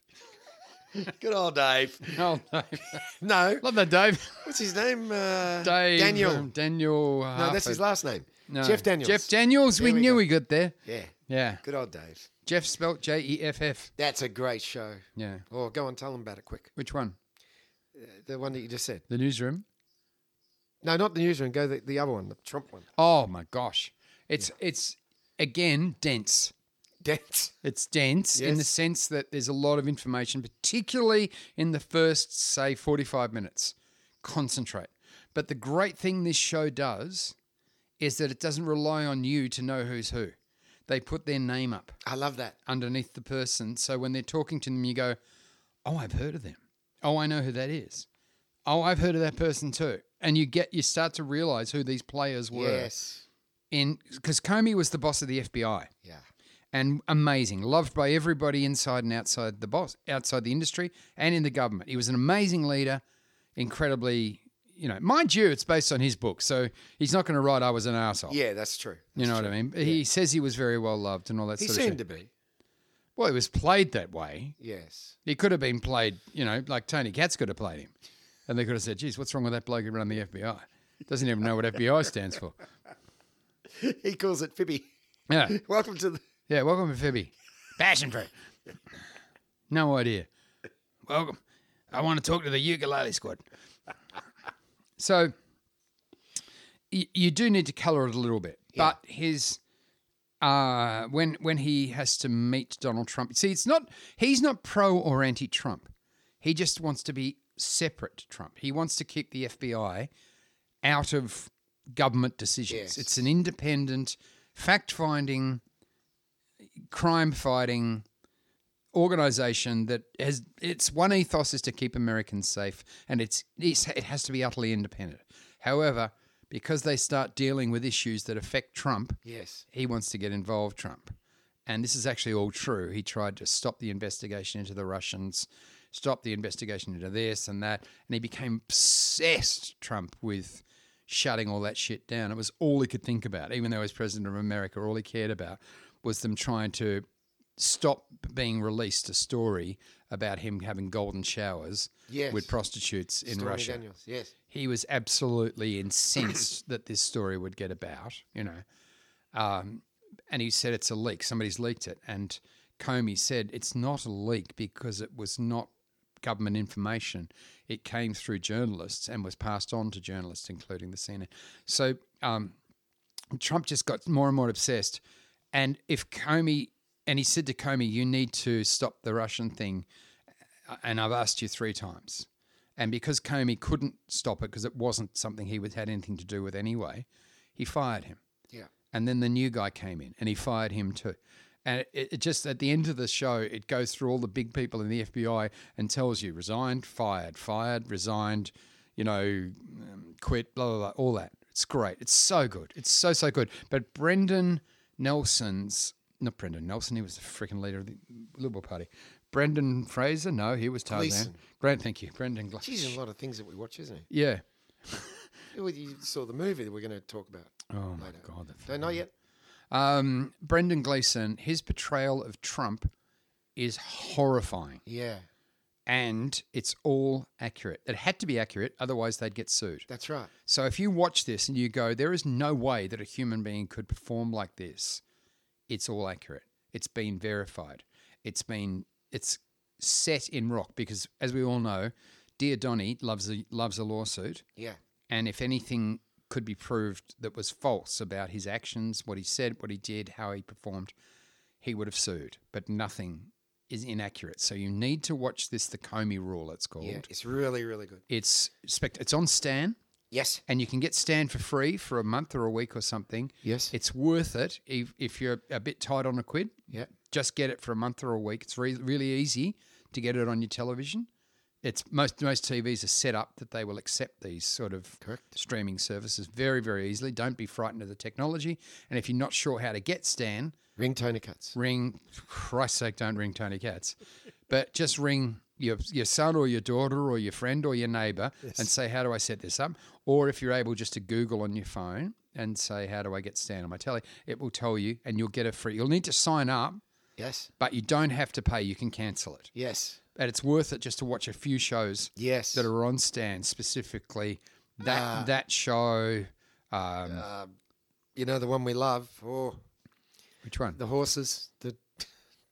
Speaker 2: Good old Dave.
Speaker 1: Oh, Dave.
Speaker 2: No,
Speaker 1: love that, Dave.
Speaker 2: what's his name? Uh,
Speaker 1: Dave
Speaker 2: Daniel.
Speaker 1: um, Daniel.
Speaker 2: no, that's his last name.
Speaker 1: No.
Speaker 2: Jeff Daniels.
Speaker 1: Jeff Daniels. We,
Speaker 2: There we
Speaker 1: knew
Speaker 2: go.
Speaker 1: we got there.
Speaker 2: Yeah.
Speaker 1: Yeah.
Speaker 2: Good old Dave.
Speaker 1: Jeff spelt J E F F.
Speaker 2: That's a great show.
Speaker 1: Yeah.
Speaker 2: Oh, go on, tell them about it quick.
Speaker 1: Which one?
Speaker 2: The one that you just said.
Speaker 1: The newsroom.
Speaker 2: No, not the newsroom. Go the, the other one, the Trump one. *laughs*
Speaker 1: Oh my gosh, it's it's again dense.
Speaker 2: Dance.
Speaker 1: It's dense in the
Speaker 2: Yes.
Speaker 1: sense that there's a lot of information, particularly in the first, say, 45 minutes. Concentrate. But the great thing this show does is that it doesn't rely on you to know who's who. They put their name up
Speaker 2: I love that.
Speaker 1: underneath the person. So when they're talking to them, you go, Oh, I've heard of them. Oh, I know who that is. Oh, I've heard of that person too. And you get, you start to realize who these players were.
Speaker 2: Yes.
Speaker 1: In, because Comey was the boss of the FBI
Speaker 2: Yeah.
Speaker 1: and amazing, loved by everybody inside and outside the boss, outside the industry, and in the government. He was an amazing leader, incredibly, you know, mind you, it's based on his book, so he's not going to write "I was an asshole."
Speaker 2: Yeah, that's true.
Speaker 1: you know what I mean. But He says he was very well loved and all that
Speaker 2: He
Speaker 1: sort of
Speaker 2: seemed
Speaker 1: shit.
Speaker 2: to be.
Speaker 1: Well, he was played that way.
Speaker 2: Yes. *laughs*
Speaker 1: He could have been played, you know, like Tony Katz could have played him, and they could have said, "Geez, what's wrong with that bloke who ran the FBI? Doesn't even know what FBI stands for."
Speaker 2: He calls it Fibby.
Speaker 1: Yeah,
Speaker 2: *laughs* Welcome to the.
Speaker 1: Yeah, welcome to Fibby. Passion fruit. No idea. Welcome. I want to talk to the ukulele squad. So y- you do need to colour it a little bit, but his uh, when when he has to meet Donald Trump, see, it's not he's not pro or anti-Trump. He just wants to be separate to Trump. He wants to kick the FBI out of government decisions.
Speaker 2: Yes.
Speaker 1: It's an independent, fact-finding, crime-fighting organization that has its one ethos is to keep Americans safe, and it's, it's it has to be utterly independent. However, because they start dealing with issues that affect Trump,
Speaker 2: Yes.
Speaker 1: he wants to get involved, Trump. And this is actually all true. He tried to stop the investigation into the Russians, stop the investigation into this and that. And he became obsessed, Trump, with shutting all that shit down. It was all he could think about. Even though he was president of America, all he cared about was them trying to stop being released a story about him having golden showers
Speaker 2: Yes.
Speaker 1: with prostitutes in
Speaker 2: Stormy
Speaker 1: Russia
Speaker 2: Daniels. Yes.
Speaker 1: he was absolutely incensed that this story would get about, you know. Um, and he said it's a leak. Somebody's leaked it. And Comey said it's not a leak because it was not government information. It came through journalists and was passed on to journalists, including the CNN. So um, Trump just got more and more obsessed. And if Comey, and he said to Comey, you need to stop the Russian thing. uh, And I've asked you three times. And because Comey couldn't stop it because it wasn't something he would had anything to do with anyway, he fired him.
Speaker 2: Yeah.
Speaker 1: And then the new guy came in and he fired him too. And it, it just at the end of the show, it goes through all the big people in the FBI and tells you resigned, fired, fired, resigned, you know, um, quit, blah, blah, blah, all that. It's great. It's so good. It's so, so good. But Brendan Nelson's, not Brendan Nelson, he was the freaking leader of the Liberal Party. Brendan Fraser, no, he was Tarzan.
Speaker 2: Gleeson.
Speaker 1: Brent, thank you. Brendan Gleeson.
Speaker 2: Geez, there's a lot of things that we watch, isn't
Speaker 1: Yeah.
Speaker 2: it? Well, You saw the movie that we're going to talk about.
Speaker 1: Oh my
Speaker 2: later.
Speaker 1: god. the
Speaker 2: Don't know yet.
Speaker 1: Um, Brendan Gleeson, his portrayal of Trump is horrifying,
Speaker 2: Yeah,
Speaker 1: and it's all accurate. It had to be accurate, otherwise they'd get sued.
Speaker 2: that's right.
Speaker 1: So if you watch this and you go, there is no way that a human being could perform like this, it's all accurate. It's been verified. It's been it's set in rock because, as we all know, Dear Donnie loves a, loves a lawsuit.
Speaker 2: Yeah.
Speaker 1: and if anything could be proved that was false about his actions, what he said, what he did, how he performed, he would have sued. But nothing is inaccurate. So you need to watch this, the Comey Rule, it's called.
Speaker 2: Yeah, it's really, really good.
Speaker 1: It's spect- it's on Stan,
Speaker 2: Yes.
Speaker 1: and you can get Stan for free for a month or a week or something.
Speaker 2: Yes.
Speaker 1: It's worth it if, if you're a bit tight on a quid.
Speaker 2: Yeah.
Speaker 1: Just get it for a month or a week. It's re- really easy to get it on your television, It's most most TVs are set up that they will accept these sort of
Speaker 2: Correct.
Speaker 1: streaming services very very easily. Don't be frightened of the technology, and if you're not sure how to get Stan,
Speaker 2: Ring Tony Cuts.
Speaker 1: ring Christ's sake, don't ring Tony Katz, but just ring your your son or your daughter or your friend or your neighbour and say how do I set this up, or if you're able just to Google on your phone and say how do I get Stan on my telly, it will tell you, and you'll get a free. You'll need to sign up,
Speaker 2: Yes.
Speaker 1: but you don't have to pay. You can cancel it,
Speaker 2: Yes.
Speaker 1: and it's worth it just to watch a few shows
Speaker 2: Yes.
Speaker 1: that are on Stan specifically that that show. Um,
Speaker 2: you know the one we love. Oh,
Speaker 1: which one?
Speaker 2: the horses, the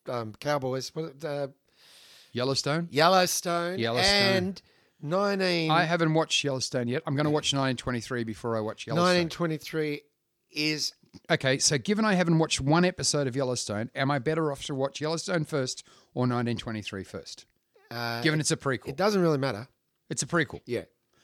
Speaker 2: um, cowboys, what- uh,
Speaker 1: Yellowstone.
Speaker 2: Yellowstone,
Speaker 1: Yellowstone.
Speaker 2: and 19,
Speaker 1: I haven't watched Yellowstone yet. I'm going to watch 1923 before I watch Yellowstone.
Speaker 2: 1923 is
Speaker 1: Okay, so given I haven't watched one episode of Yellowstone, am I better off to watch Yellowstone first or 1923 first?
Speaker 2: uh,
Speaker 1: Given it's a prequel,
Speaker 2: it doesn't really matter.
Speaker 1: it's a prequel.
Speaker 2: Yeah.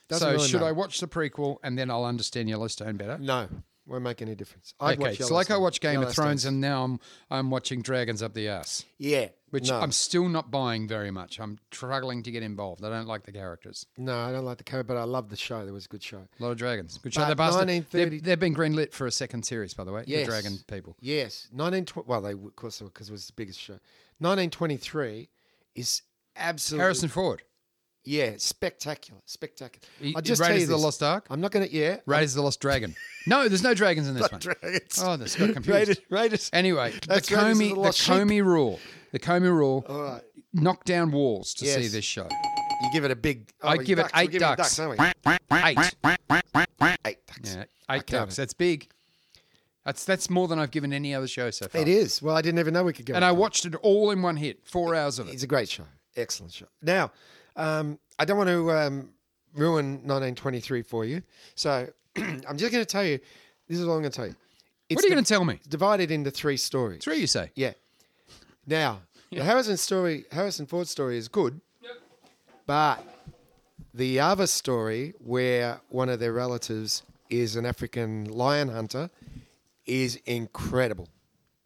Speaker 2: Doesn't
Speaker 1: So
Speaker 2: really
Speaker 1: should I
Speaker 2: matter.
Speaker 1: watch the prequel and then I'll understand Yellowstone better?
Speaker 2: No, won't make any difference. I'd
Speaker 1: okay,
Speaker 2: watch
Speaker 1: so like I
Speaker 2: Yellowstone.
Speaker 1: watched Game of
Speaker 2: Yellowstone.
Speaker 1: Thrones and now I'm I'm watching Dragons Up the Ass,
Speaker 2: yeah,
Speaker 1: which
Speaker 2: no,
Speaker 1: I'm still not buying very much. I'm struggling to get involved. I don't like the characters.
Speaker 2: no, I don't like the character, but I love the show. There was a good show.
Speaker 1: A lot of dragons. Good show,
Speaker 2: But
Speaker 1: they bastard.
Speaker 2: 1930
Speaker 1: They've, they've been greenlit for a second series, by the way.
Speaker 2: Yes.
Speaker 1: The Dragon People.
Speaker 2: Yes, 1920. Well, they of course because it was the biggest show. 1923 is absolutely
Speaker 1: Harrison Ford.
Speaker 2: Yeah, spectacular, spectacular.
Speaker 1: He-
Speaker 2: I'll
Speaker 1: he
Speaker 2: just tell
Speaker 1: raised
Speaker 2: you
Speaker 1: the
Speaker 2: this.
Speaker 1: Lost Ark?
Speaker 2: I'm not going to. Yeah,
Speaker 1: Raiders of the Lost Dragon. No, there's no dragons in
Speaker 2: *laughs*
Speaker 1: this one.
Speaker 2: dragons.
Speaker 1: Oh, that's got confused.
Speaker 2: Raiders, Raiders.
Speaker 1: Anyway, the
Speaker 2: That's Raiders of
Speaker 1: Comey,
Speaker 2: the
Speaker 1: the,
Speaker 2: Lost Sheep.
Speaker 1: Comey rule. The Comey rule.
Speaker 2: All right,
Speaker 1: Knock down walls to see
Speaker 2: Yes.
Speaker 1: this show.
Speaker 2: you give it a big. Oh,
Speaker 1: I
Speaker 2: you
Speaker 1: give it
Speaker 2: ducks. We're
Speaker 1: eight
Speaker 2: giving you
Speaker 1: ducks.
Speaker 2: aren't we?
Speaker 1: Eight.
Speaker 2: Eight ducks.
Speaker 1: Yeah, eight ducks. That's big. That's that's more than I've given any other show so far.
Speaker 2: It is. Well, I didn't even know we could go.
Speaker 1: And I watched it all in one hit, four hours of it.
Speaker 2: It's a great show. Excellent show. Now, um, I don't want to um, ruin 1923 for you, so *clears throat* I'm just going to tell you. This is what I'm going to tell you. It's
Speaker 1: What are you
Speaker 2: di-
Speaker 1: going to tell me?
Speaker 2: It's divided into three stories.
Speaker 1: Three, you say?
Speaker 2: Yeah. Now, the Harrison story, Harrison Ford story is good, but the other story where one of their relatives is an African lion hunter is incredible,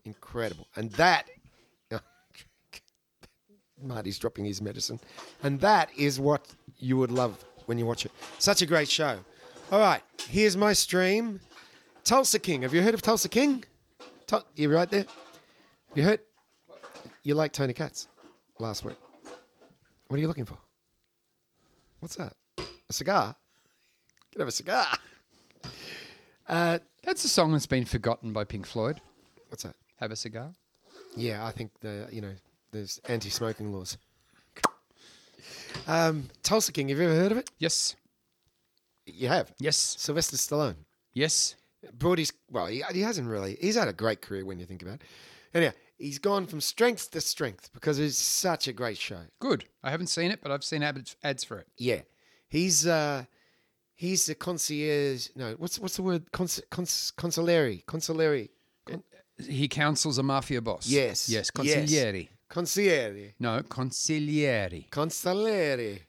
Speaker 2: incredible, and that. *laughs* Marty's dropping his medicine, and that is what you would love when you watch it. Such a great show. All right, here's my stream. Tulsa King. Have you heard of Tulsa King? Tul- you right there. You heard? You like Tony Katz last week. What are you looking for? What's that? A cigar? You can have a cigar.
Speaker 1: That's a song that's been forgotten by Pink Floyd.
Speaker 2: What's that?
Speaker 1: Have a cigar.
Speaker 2: Yeah, I think the you know there's anti-smoking laws. Um, Tulsa King. Have you ever heard of it?
Speaker 1: Yes.
Speaker 2: You have.
Speaker 1: Yes.
Speaker 2: Sylvester Stallone.
Speaker 1: Yes.
Speaker 2: brought his well he, he hasn't really he's had a great career when you think about it anyhow he's gone from strength to strength because it's such a great show
Speaker 1: Good. I haven't seen it, but I've seen ad- ads for it.
Speaker 2: yeah he's uh he's the concierge no what's what's the word Cons, cons, consolari consolari
Speaker 1: He counsels a mafia boss.
Speaker 2: Yes.
Speaker 1: Yes.
Speaker 2: Yes.
Speaker 1: Consigliere.
Speaker 2: consigliere
Speaker 1: No, consigliere.
Speaker 2: consolari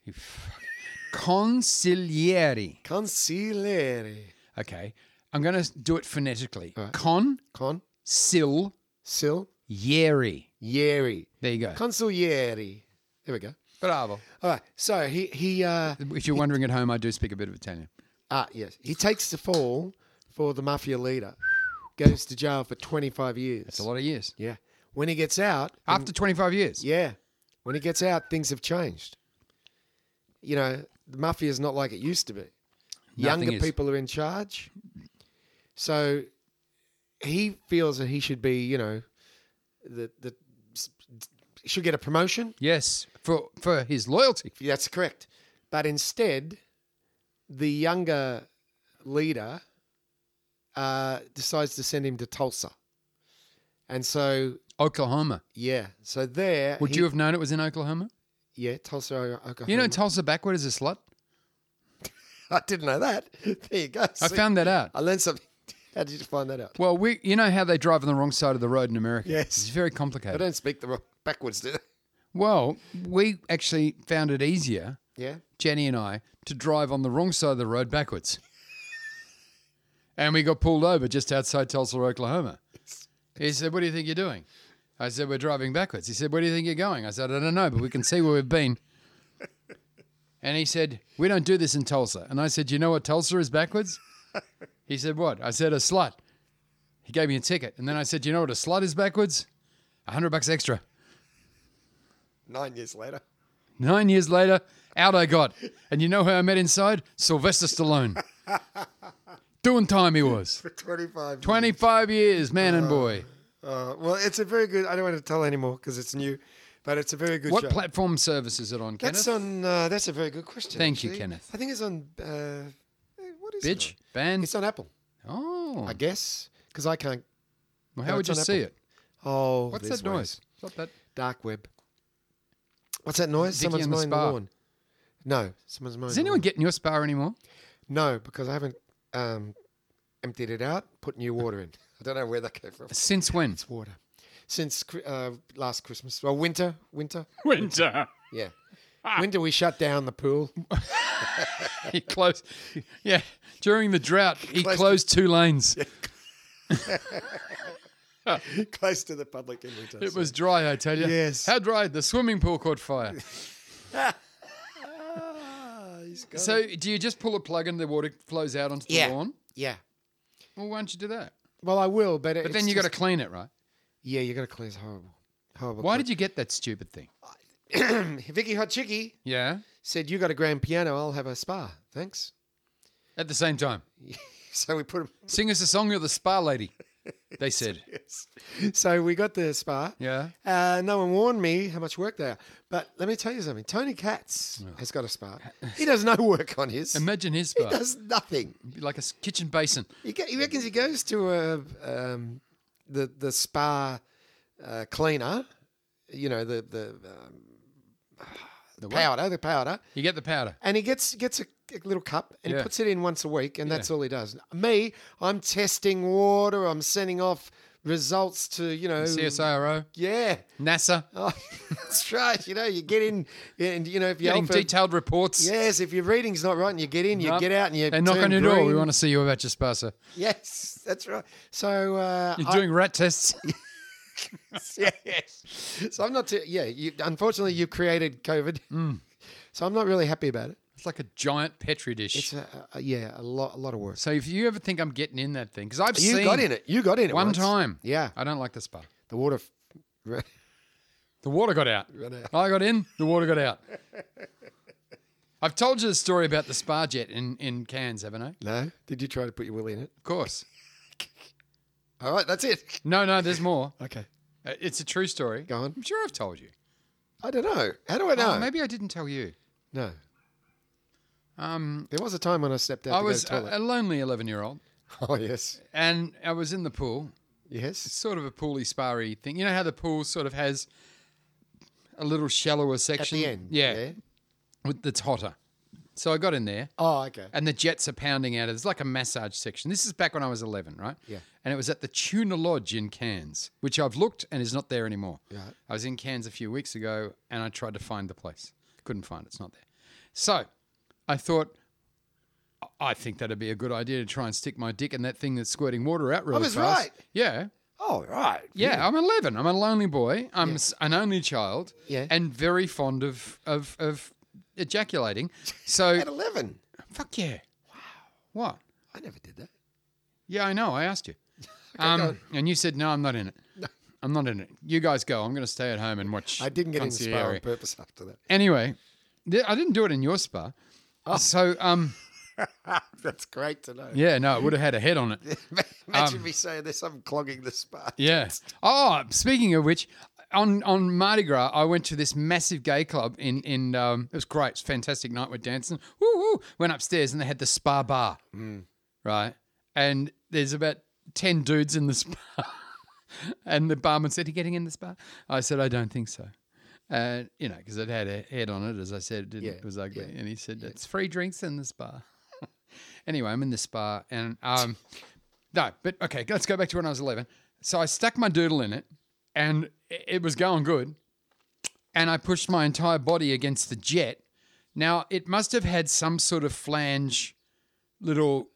Speaker 1: Consigliere.
Speaker 2: consigliere
Speaker 1: Okay. I'm going to do it phonetically.
Speaker 2: All right.
Speaker 1: Con
Speaker 2: con
Speaker 1: sil
Speaker 2: sil
Speaker 1: yeri.
Speaker 2: ieri
Speaker 1: There you go.
Speaker 2: consigliere there we go
Speaker 1: Bravo.
Speaker 2: all right so he he uh
Speaker 1: If you're wondering at home, I do speak a bit of Italian.
Speaker 2: Ah, yes. He takes the fall for the mafia leader, goes to jail for 25 years.
Speaker 1: It's a lot Ah, of years.
Speaker 2: Yeah. When he gets out,
Speaker 1: After 25 years.
Speaker 2: yeah. When he gets out, things have changed. You know, the mafia is not like it used to be.
Speaker 1: Nothing
Speaker 2: Younger
Speaker 1: is.
Speaker 2: people are in charge. So he feels that he should be, you know, the, the should get a promotion.
Speaker 1: Yes. For for his loyalty.
Speaker 2: That's correct. But instead, the younger leader uh, decides to send him to Tulsa. And so,
Speaker 1: Oklahoma.
Speaker 2: yeah. So there.
Speaker 1: Would
Speaker 2: he-
Speaker 1: you have known it was in Oklahoma?
Speaker 2: Yeah, Tulsa, O- Oklahoma.
Speaker 1: You know Tulsa backward is a slut?
Speaker 2: *laughs* I didn't know that. There you go.
Speaker 1: I
Speaker 2: See,
Speaker 1: found that out.
Speaker 2: I learned something. *laughs* How did you find that out?
Speaker 1: Well, we you know how they drive on the wrong side of the road in America.
Speaker 2: Yes. uh,
Speaker 1: It's very
Speaker 2: I
Speaker 1: complicated.
Speaker 2: don't speak the wrong backwards, do they?
Speaker 1: Well, we actually found it easier,
Speaker 2: Yeah.
Speaker 1: Jenny and I, to drive on the wrong side of the road backwards. and we got pulled over just outside Tulsa, Oklahoma. He said, What do you think you're doing? I said, We're driving backwards. He said, Where do you think you're going? I said, I don't know, but we can see where we've been. And he said, We don't do this in Tulsa. And I said, You know what Tulsa is backwards? he said, What? I said, A slut. He gave me a ticket. And then I said, You know what a slut is backwards? A hundred bucks extra.
Speaker 2: Nine years later. *laughs*
Speaker 1: Nine years later, out I got. And you know who I met inside? Sylvester Stallone.
Speaker 2: *laughs*
Speaker 1: Doing time he was.
Speaker 2: For 25 years.
Speaker 1: 25 years, man and boy.
Speaker 2: Uh, well, it's a very good. I don't want to tell anymore because it's new, but it's a very good
Speaker 1: What
Speaker 2: show.
Speaker 1: platform service is it on,
Speaker 2: That's
Speaker 1: Kenneth?
Speaker 2: on. Uh, that's a very good question.
Speaker 1: Thank you,
Speaker 2: actually.
Speaker 1: Kenneth.
Speaker 2: I think it's on. Uh, eh, what is
Speaker 1: Bitch,
Speaker 2: it? on?
Speaker 1: band.
Speaker 2: It's on Apple,
Speaker 1: oh,
Speaker 2: I guess, because I can't.
Speaker 1: well,
Speaker 2: no,
Speaker 1: how would
Speaker 2: it's
Speaker 1: you
Speaker 2: on
Speaker 1: see
Speaker 2: Apple.
Speaker 1: it?
Speaker 2: Oh,
Speaker 1: What's
Speaker 2: there's
Speaker 1: that noise?
Speaker 2: ways.
Speaker 1: What's that?
Speaker 2: Dark web. What's that noise?
Speaker 1: Vicky
Speaker 2: someone's
Speaker 1: and the
Speaker 2: mowing the,
Speaker 1: spa.
Speaker 2: lawn. No, someone's mowing.
Speaker 1: Does
Speaker 2: the
Speaker 1: anyone
Speaker 2: lawn.
Speaker 1: get in your spa anymore?
Speaker 2: No, because I haven't um, emptied it out. Put new water in. I don't know where that came from.
Speaker 1: Since when?
Speaker 2: It's water since Chri- uh, last Christmas. Well, winter, winter.
Speaker 1: Winter.
Speaker 2: *laughs* Yeah. Winter, we shut down the pool.
Speaker 1: *laughs* he closed. *laughs* Yeah, during the drought, he
Speaker 2: Closed-
Speaker 1: closed two lanes.
Speaker 2: *laughs* close to the public in winter.
Speaker 1: It was dry, I tell you.
Speaker 2: Yes. Ah,
Speaker 1: How dry? The swimming pool caught
Speaker 2: *laughs*
Speaker 1: fire. so, do you just pull a plug and the water flows out onto the
Speaker 2: Yeah.
Speaker 1: lawn?
Speaker 2: yeah.
Speaker 1: Well, why don't you do that?
Speaker 2: Well, I will, but
Speaker 1: But then you got to clean it, right?
Speaker 2: yeah, you got to clean. It's horrible, horrible.
Speaker 1: Why did you get that stupid thing?
Speaker 2: you? *clears throat* Vicky Hot Chicky
Speaker 1: Yeah.
Speaker 2: said you got a grand piano. I'll have a spa. Thanks. *laughs*
Speaker 1: At the same time,
Speaker 2: So we put him.
Speaker 1: sing us a song of the spa lady.
Speaker 2: *laughs*
Speaker 1: They said.
Speaker 2: Yes. So we got the spa.
Speaker 1: Yeah.
Speaker 2: Uh, no one warned me how much work there. But let me tell you something. Tony Katz has got a spa. He does no work on his.
Speaker 1: Imagine his
Speaker 2: *laughs* He
Speaker 1: spa,
Speaker 2: does nothing.
Speaker 1: It'd be like a s- kitchen basin.
Speaker 2: He, go, he reckons he goes to a, um, the the spa uh, cleaner, you know the the, um, the powder, the powder,
Speaker 1: You get the powder.
Speaker 2: and he gets gets a, a little cup and
Speaker 1: Yeah.
Speaker 2: he puts it in once a week, and that's all he does. Me, I'm testing water. I'm sending off results to you know
Speaker 1: CSIRO,
Speaker 2: Yeah,
Speaker 1: NASA,
Speaker 2: oh, *laughs* that's right. You know, you get in, and you know if you
Speaker 1: getting
Speaker 2: alpha-
Speaker 1: detailed reports.
Speaker 2: Yes, if your reading's not right and you get in, you
Speaker 1: Nope.
Speaker 2: get out and you
Speaker 1: They knock
Speaker 2: turn
Speaker 1: on your door. We
Speaker 2: green.
Speaker 1: want to see you about your spa, sir.
Speaker 2: Yes, that's right. So uh,
Speaker 1: You're
Speaker 2: I-
Speaker 1: doing rat tests.
Speaker 2: *laughs* yes. So I'm not too. Yeah. You, unfortunately, you've created COVID.
Speaker 1: Mm.
Speaker 2: So I'm not really happy about it.
Speaker 1: It's like a giant petri dish.
Speaker 2: It's a, a, yeah, a lot, a lot of work.
Speaker 1: so if you ever think I'm getting in that thing, because I've
Speaker 2: You
Speaker 1: seen
Speaker 2: got in it. You got in it
Speaker 1: one
Speaker 2: once.
Speaker 1: time.
Speaker 2: Yeah.
Speaker 1: I don't like the spa.
Speaker 2: The water. F-
Speaker 1: The water got out.
Speaker 2: out.
Speaker 1: I got in. The water got
Speaker 2: *laughs*
Speaker 1: out. I've told you the story about the spa jet in, in Cairns, haven't I? Of
Speaker 2: *laughs* no. Did you try to put your will in it?
Speaker 1: course.
Speaker 2: All right. That's it.
Speaker 1: No, no, there's more.
Speaker 2: Okay.
Speaker 1: Uh, It's a true story.
Speaker 2: Go on.
Speaker 1: I'm sure I've told you.
Speaker 2: I don't know. How do I know?
Speaker 1: Oh, maybe I didn't tell you.
Speaker 2: No.
Speaker 1: Um,
Speaker 2: There was a time when I stepped out
Speaker 1: I
Speaker 2: to
Speaker 1: was uh,
Speaker 2: go to the
Speaker 1: a, a
Speaker 2: toilet.
Speaker 1: lonely 11 year old,
Speaker 2: *laughs* oh yes.
Speaker 1: and I was in the pool,
Speaker 2: Yes.
Speaker 1: sort of a pooly sparry thing. You know how the pool sort of has a little shallower
Speaker 2: At
Speaker 1: section
Speaker 2: the end.
Speaker 1: yeah, with- that's hotter. So I got in there,
Speaker 2: Oh okay.
Speaker 1: and the jets are pounding out. of It's like a massage section. This is back when I was eleven, right?
Speaker 2: Yeah.
Speaker 1: And it was at the Tuna Lodge in Cairns, which I've looked and is not there anymore.
Speaker 2: Right.
Speaker 1: I was in Cairns a few weeks ago, and I tried to find the place. Couldn't find it. It's not there. So I thought. "I- I think that'd be a good idea to try and stick my dick in that thing that's squirting water out really
Speaker 2: was
Speaker 1: fast.
Speaker 2: right.
Speaker 1: Yeah.
Speaker 2: Oh right.
Speaker 1: Yeah, I'm 11. I'm a lonely boy. I'm s an only child.
Speaker 2: Yeah.
Speaker 1: And very fond of of, of ejaculating. So
Speaker 2: *laughs* At eleven.
Speaker 1: fuck yeah. Wow. What?
Speaker 2: I never did that.
Speaker 1: Yeah, I know. I asked
Speaker 2: *laughs*
Speaker 1: you. um, and you said no, I'm not in it. I'm not in it. You guys go. I'm going to stay at home and watch.
Speaker 2: I didn't get in the spa on
Speaker 1: Concierge.
Speaker 2: purpose after that. *laughs*
Speaker 1: Anyway, th- I didn't do it in your spa.
Speaker 2: Oh.
Speaker 1: So um,
Speaker 2: That's great to know.
Speaker 1: yeah, no, it would have had a head on it.
Speaker 2: *laughs* Imagine me saying this, I'm clogging the spa.
Speaker 1: Yeah. Oh, speaking of which, on on Mardi Gras, I went to this massive gay club in in. Um, it was great. It's a fantastic night. We're dancing. Woo woo. Went upstairs and they had the spa bar.
Speaker 2: Mm.
Speaker 1: Right. And there's about ten dudes in the spa. *laughs* and the barman said, "Are you getting in the spa?" I said, "I don't think so." And you know, because it had a head on it, as I said, it, didn't,
Speaker 2: Yeah,
Speaker 1: it was ugly. And he said, "It's free drinks in the spa." *laughs* anyway, I'm in the spa, and um, no, but okay, let's go back to when I was 11. So I stuck my doodle in it, and i- it was going good. And I pushed my entire body against the jet. Now it must have had some sort of flange, little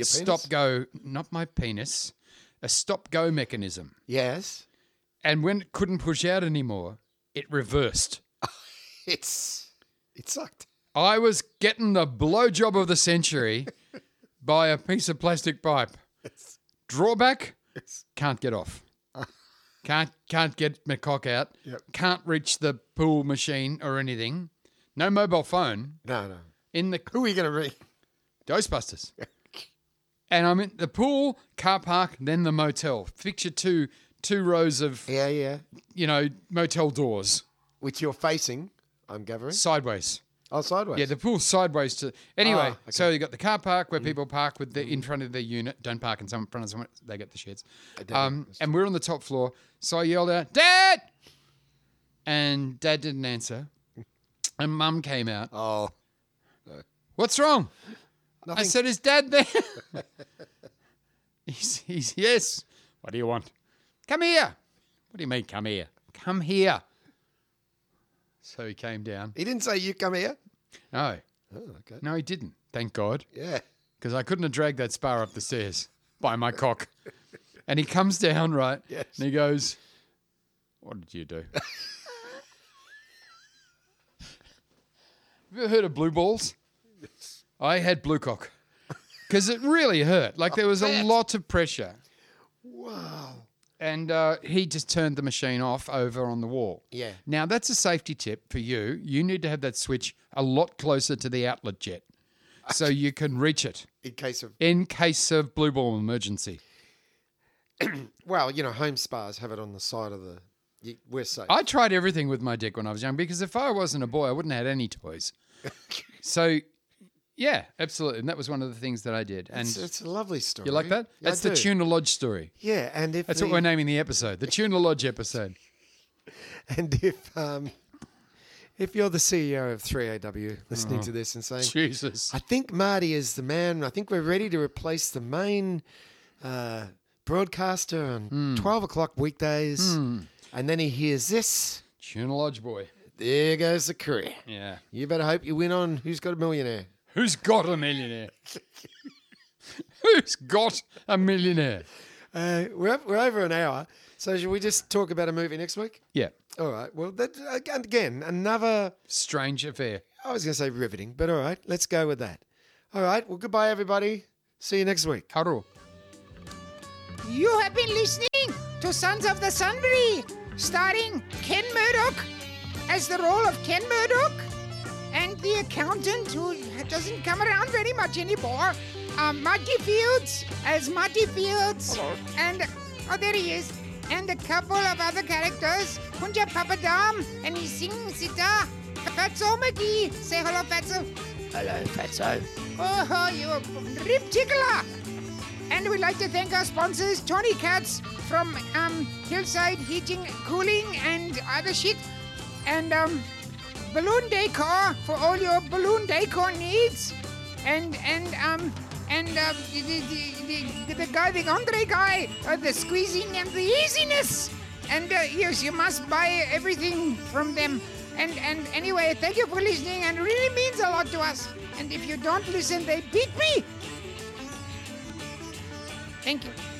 Speaker 1: stop go, not my penis, a stop go mechanism.
Speaker 2: Yes.
Speaker 1: And when it couldn't push out anymore, it reversed.
Speaker 2: It's it sucked. *laughs*
Speaker 1: I was getting the blowjob of the century *laughs* by a piece of plastic pipe. Drawback: can't get
Speaker 2: *laughs*
Speaker 1: off. Can't can't get my cock out.
Speaker 2: Yep.
Speaker 1: Can't reach the pool machine or anything. No mobile phone
Speaker 2: No, no.
Speaker 1: in the
Speaker 2: Who are you going to ring? *laughs*
Speaker 1: Ghostbusters. and I'm in the pool, car park, then the motel. Picture two two rows of
Speaker 2: Yeah, yeah.
Speaker 1: you know motel doors
Speaker 2: Which you're facing, I'm gathering.
Speaker 1: sideways.
Speaker 2: Oh, sideways.
Speaker 1: Yeah, the pool's sideways to. Anyway,
Speaker 2: Ah, okay. Mm.
Speaker 1: so you got the car park where people park with the in front of their unit. Don't park in some front of someone; they get the shits. Um, and we're on the top floor, so I yelled out, "Dad!" And Dad didn't
Speaker 2: *laughs*
Speaker 1: answer. And Mum came out.
Speaker 2: oh,
Speaker 1: What's wrong? I
Speaker 2: Nothing.
Speaker 1: said, "Is Dad there?" *laughs* he's, he's yes. What do you want? Come here. What do you mean, come here? Come here. So he came down.
Speaker 2: he didn't say you come here.
Speaker 1: No,
Speaker 2: Oh, okay.
Speaker 1: no, he didn't. Thank God.
Speaker 2: Yeah.
Speaker 1: because I couldn't have dragged that spar up the stairs by my cock. And he comes down, right?
Speaker 2: Yes.
Speaker 1: And he goes, What did you do? have you ever heard of blue balls? I had blue cock because it really hurt. Like there was a lot of pressure.
Speaker 2: Wow.
Speaker 1: And uh, he just turned the machine off over on the wall.
Speaker 2: Yeah.
Speaker 1: Now, that's a safety tip for you. You need to have that switch a lot closer to the outlet jet so you can reach it
Speaker 2: In case of
Speaker 1: in case of blue ball emergency.
Speaker 2: well, you know, home spas have it on the side of the. You, we're safe.
Speaker 1: I tried everything with my dick when I was young because if I wasn't a boy, I wouldn't have had any
Speaker 2: *laughs*
Speaker 1: toys. so, yeah, absolutely. And that was one of the things that I did. And
Speaker 2: it's, it's a lovely story.
Speaker 1: you like that?
Speaker 2: Yeah, I
Speaker 1: That's the
Speaker 2: do.
Speaker 1: Tuna Lodge story.
Speaker 2: Yeah, and if
Speaker 1: That's
Speaker 2: the,
Speaker 1: what we're naming the episode, the Tuna Lodge
Speaker 2: *laughs*
Speaker 1: episode.
Speaker 2: and if um, if you're the CEO of 3AW listening
Speaker 1: Oh.
Speaker 2: to this and saying,
Speaker 1: Jesus.
Speaker 2: I think Marty is the man. I think we're ready to replace the main uh, broadcaster on
Speaker 1: Hmm.
Speaker 2: 12 o'clock weekdays. And then he hears this.
Speaker 1: Tuna Lodge boy.
Speaker 2: There goes the career.
Speaker 1: Yeah.
Speaker 2: You better hope you win on Who's Got a Millionaire.
Speaker 1: Who's got a millionaire? *laughs* Who's got a millionaire?
Speaker 2: Uh, we're, up- we're over an hour. So, should we just talk about a movie next week?
Speaker 1: Yeah.
Speaker 2: All right. Well, that, again, another,
Speaker 1: Strange affair.
Speaker 2: I was going to say riveting, but all right, let's go with that. All right. Well, goodbye, everybody. See you next week.
Speaker 1: Caro.
Speaker 3: You have been listening to Sons of the Sunbury, starring Ken Murdoch as the role of Ken Murdoch and the accountant who doesn't come around very much anymore, um, Marty Fields as Marty Fields, and oh, there he is, and a couple of other characters, Punja Papadam, and he's singing sitar. Fatso McGee, say hello, Fatso. Hello, Fatso. Oh, you rip tickler! And we'd like to thank our sponsors, Tony Katz from um, Hillside Heating, Cooling, and other shit. And um, Balloon Decor for all your balloon decor needs. And and um and um, the, the, the, the guy, the Andre guy, uh, the squeezing and the easiness. And uh, yes, you must buy everything from them. And and anyway, thank you for listening. And it really means a lot to us. And if you don't listen, they beat me. Thank you.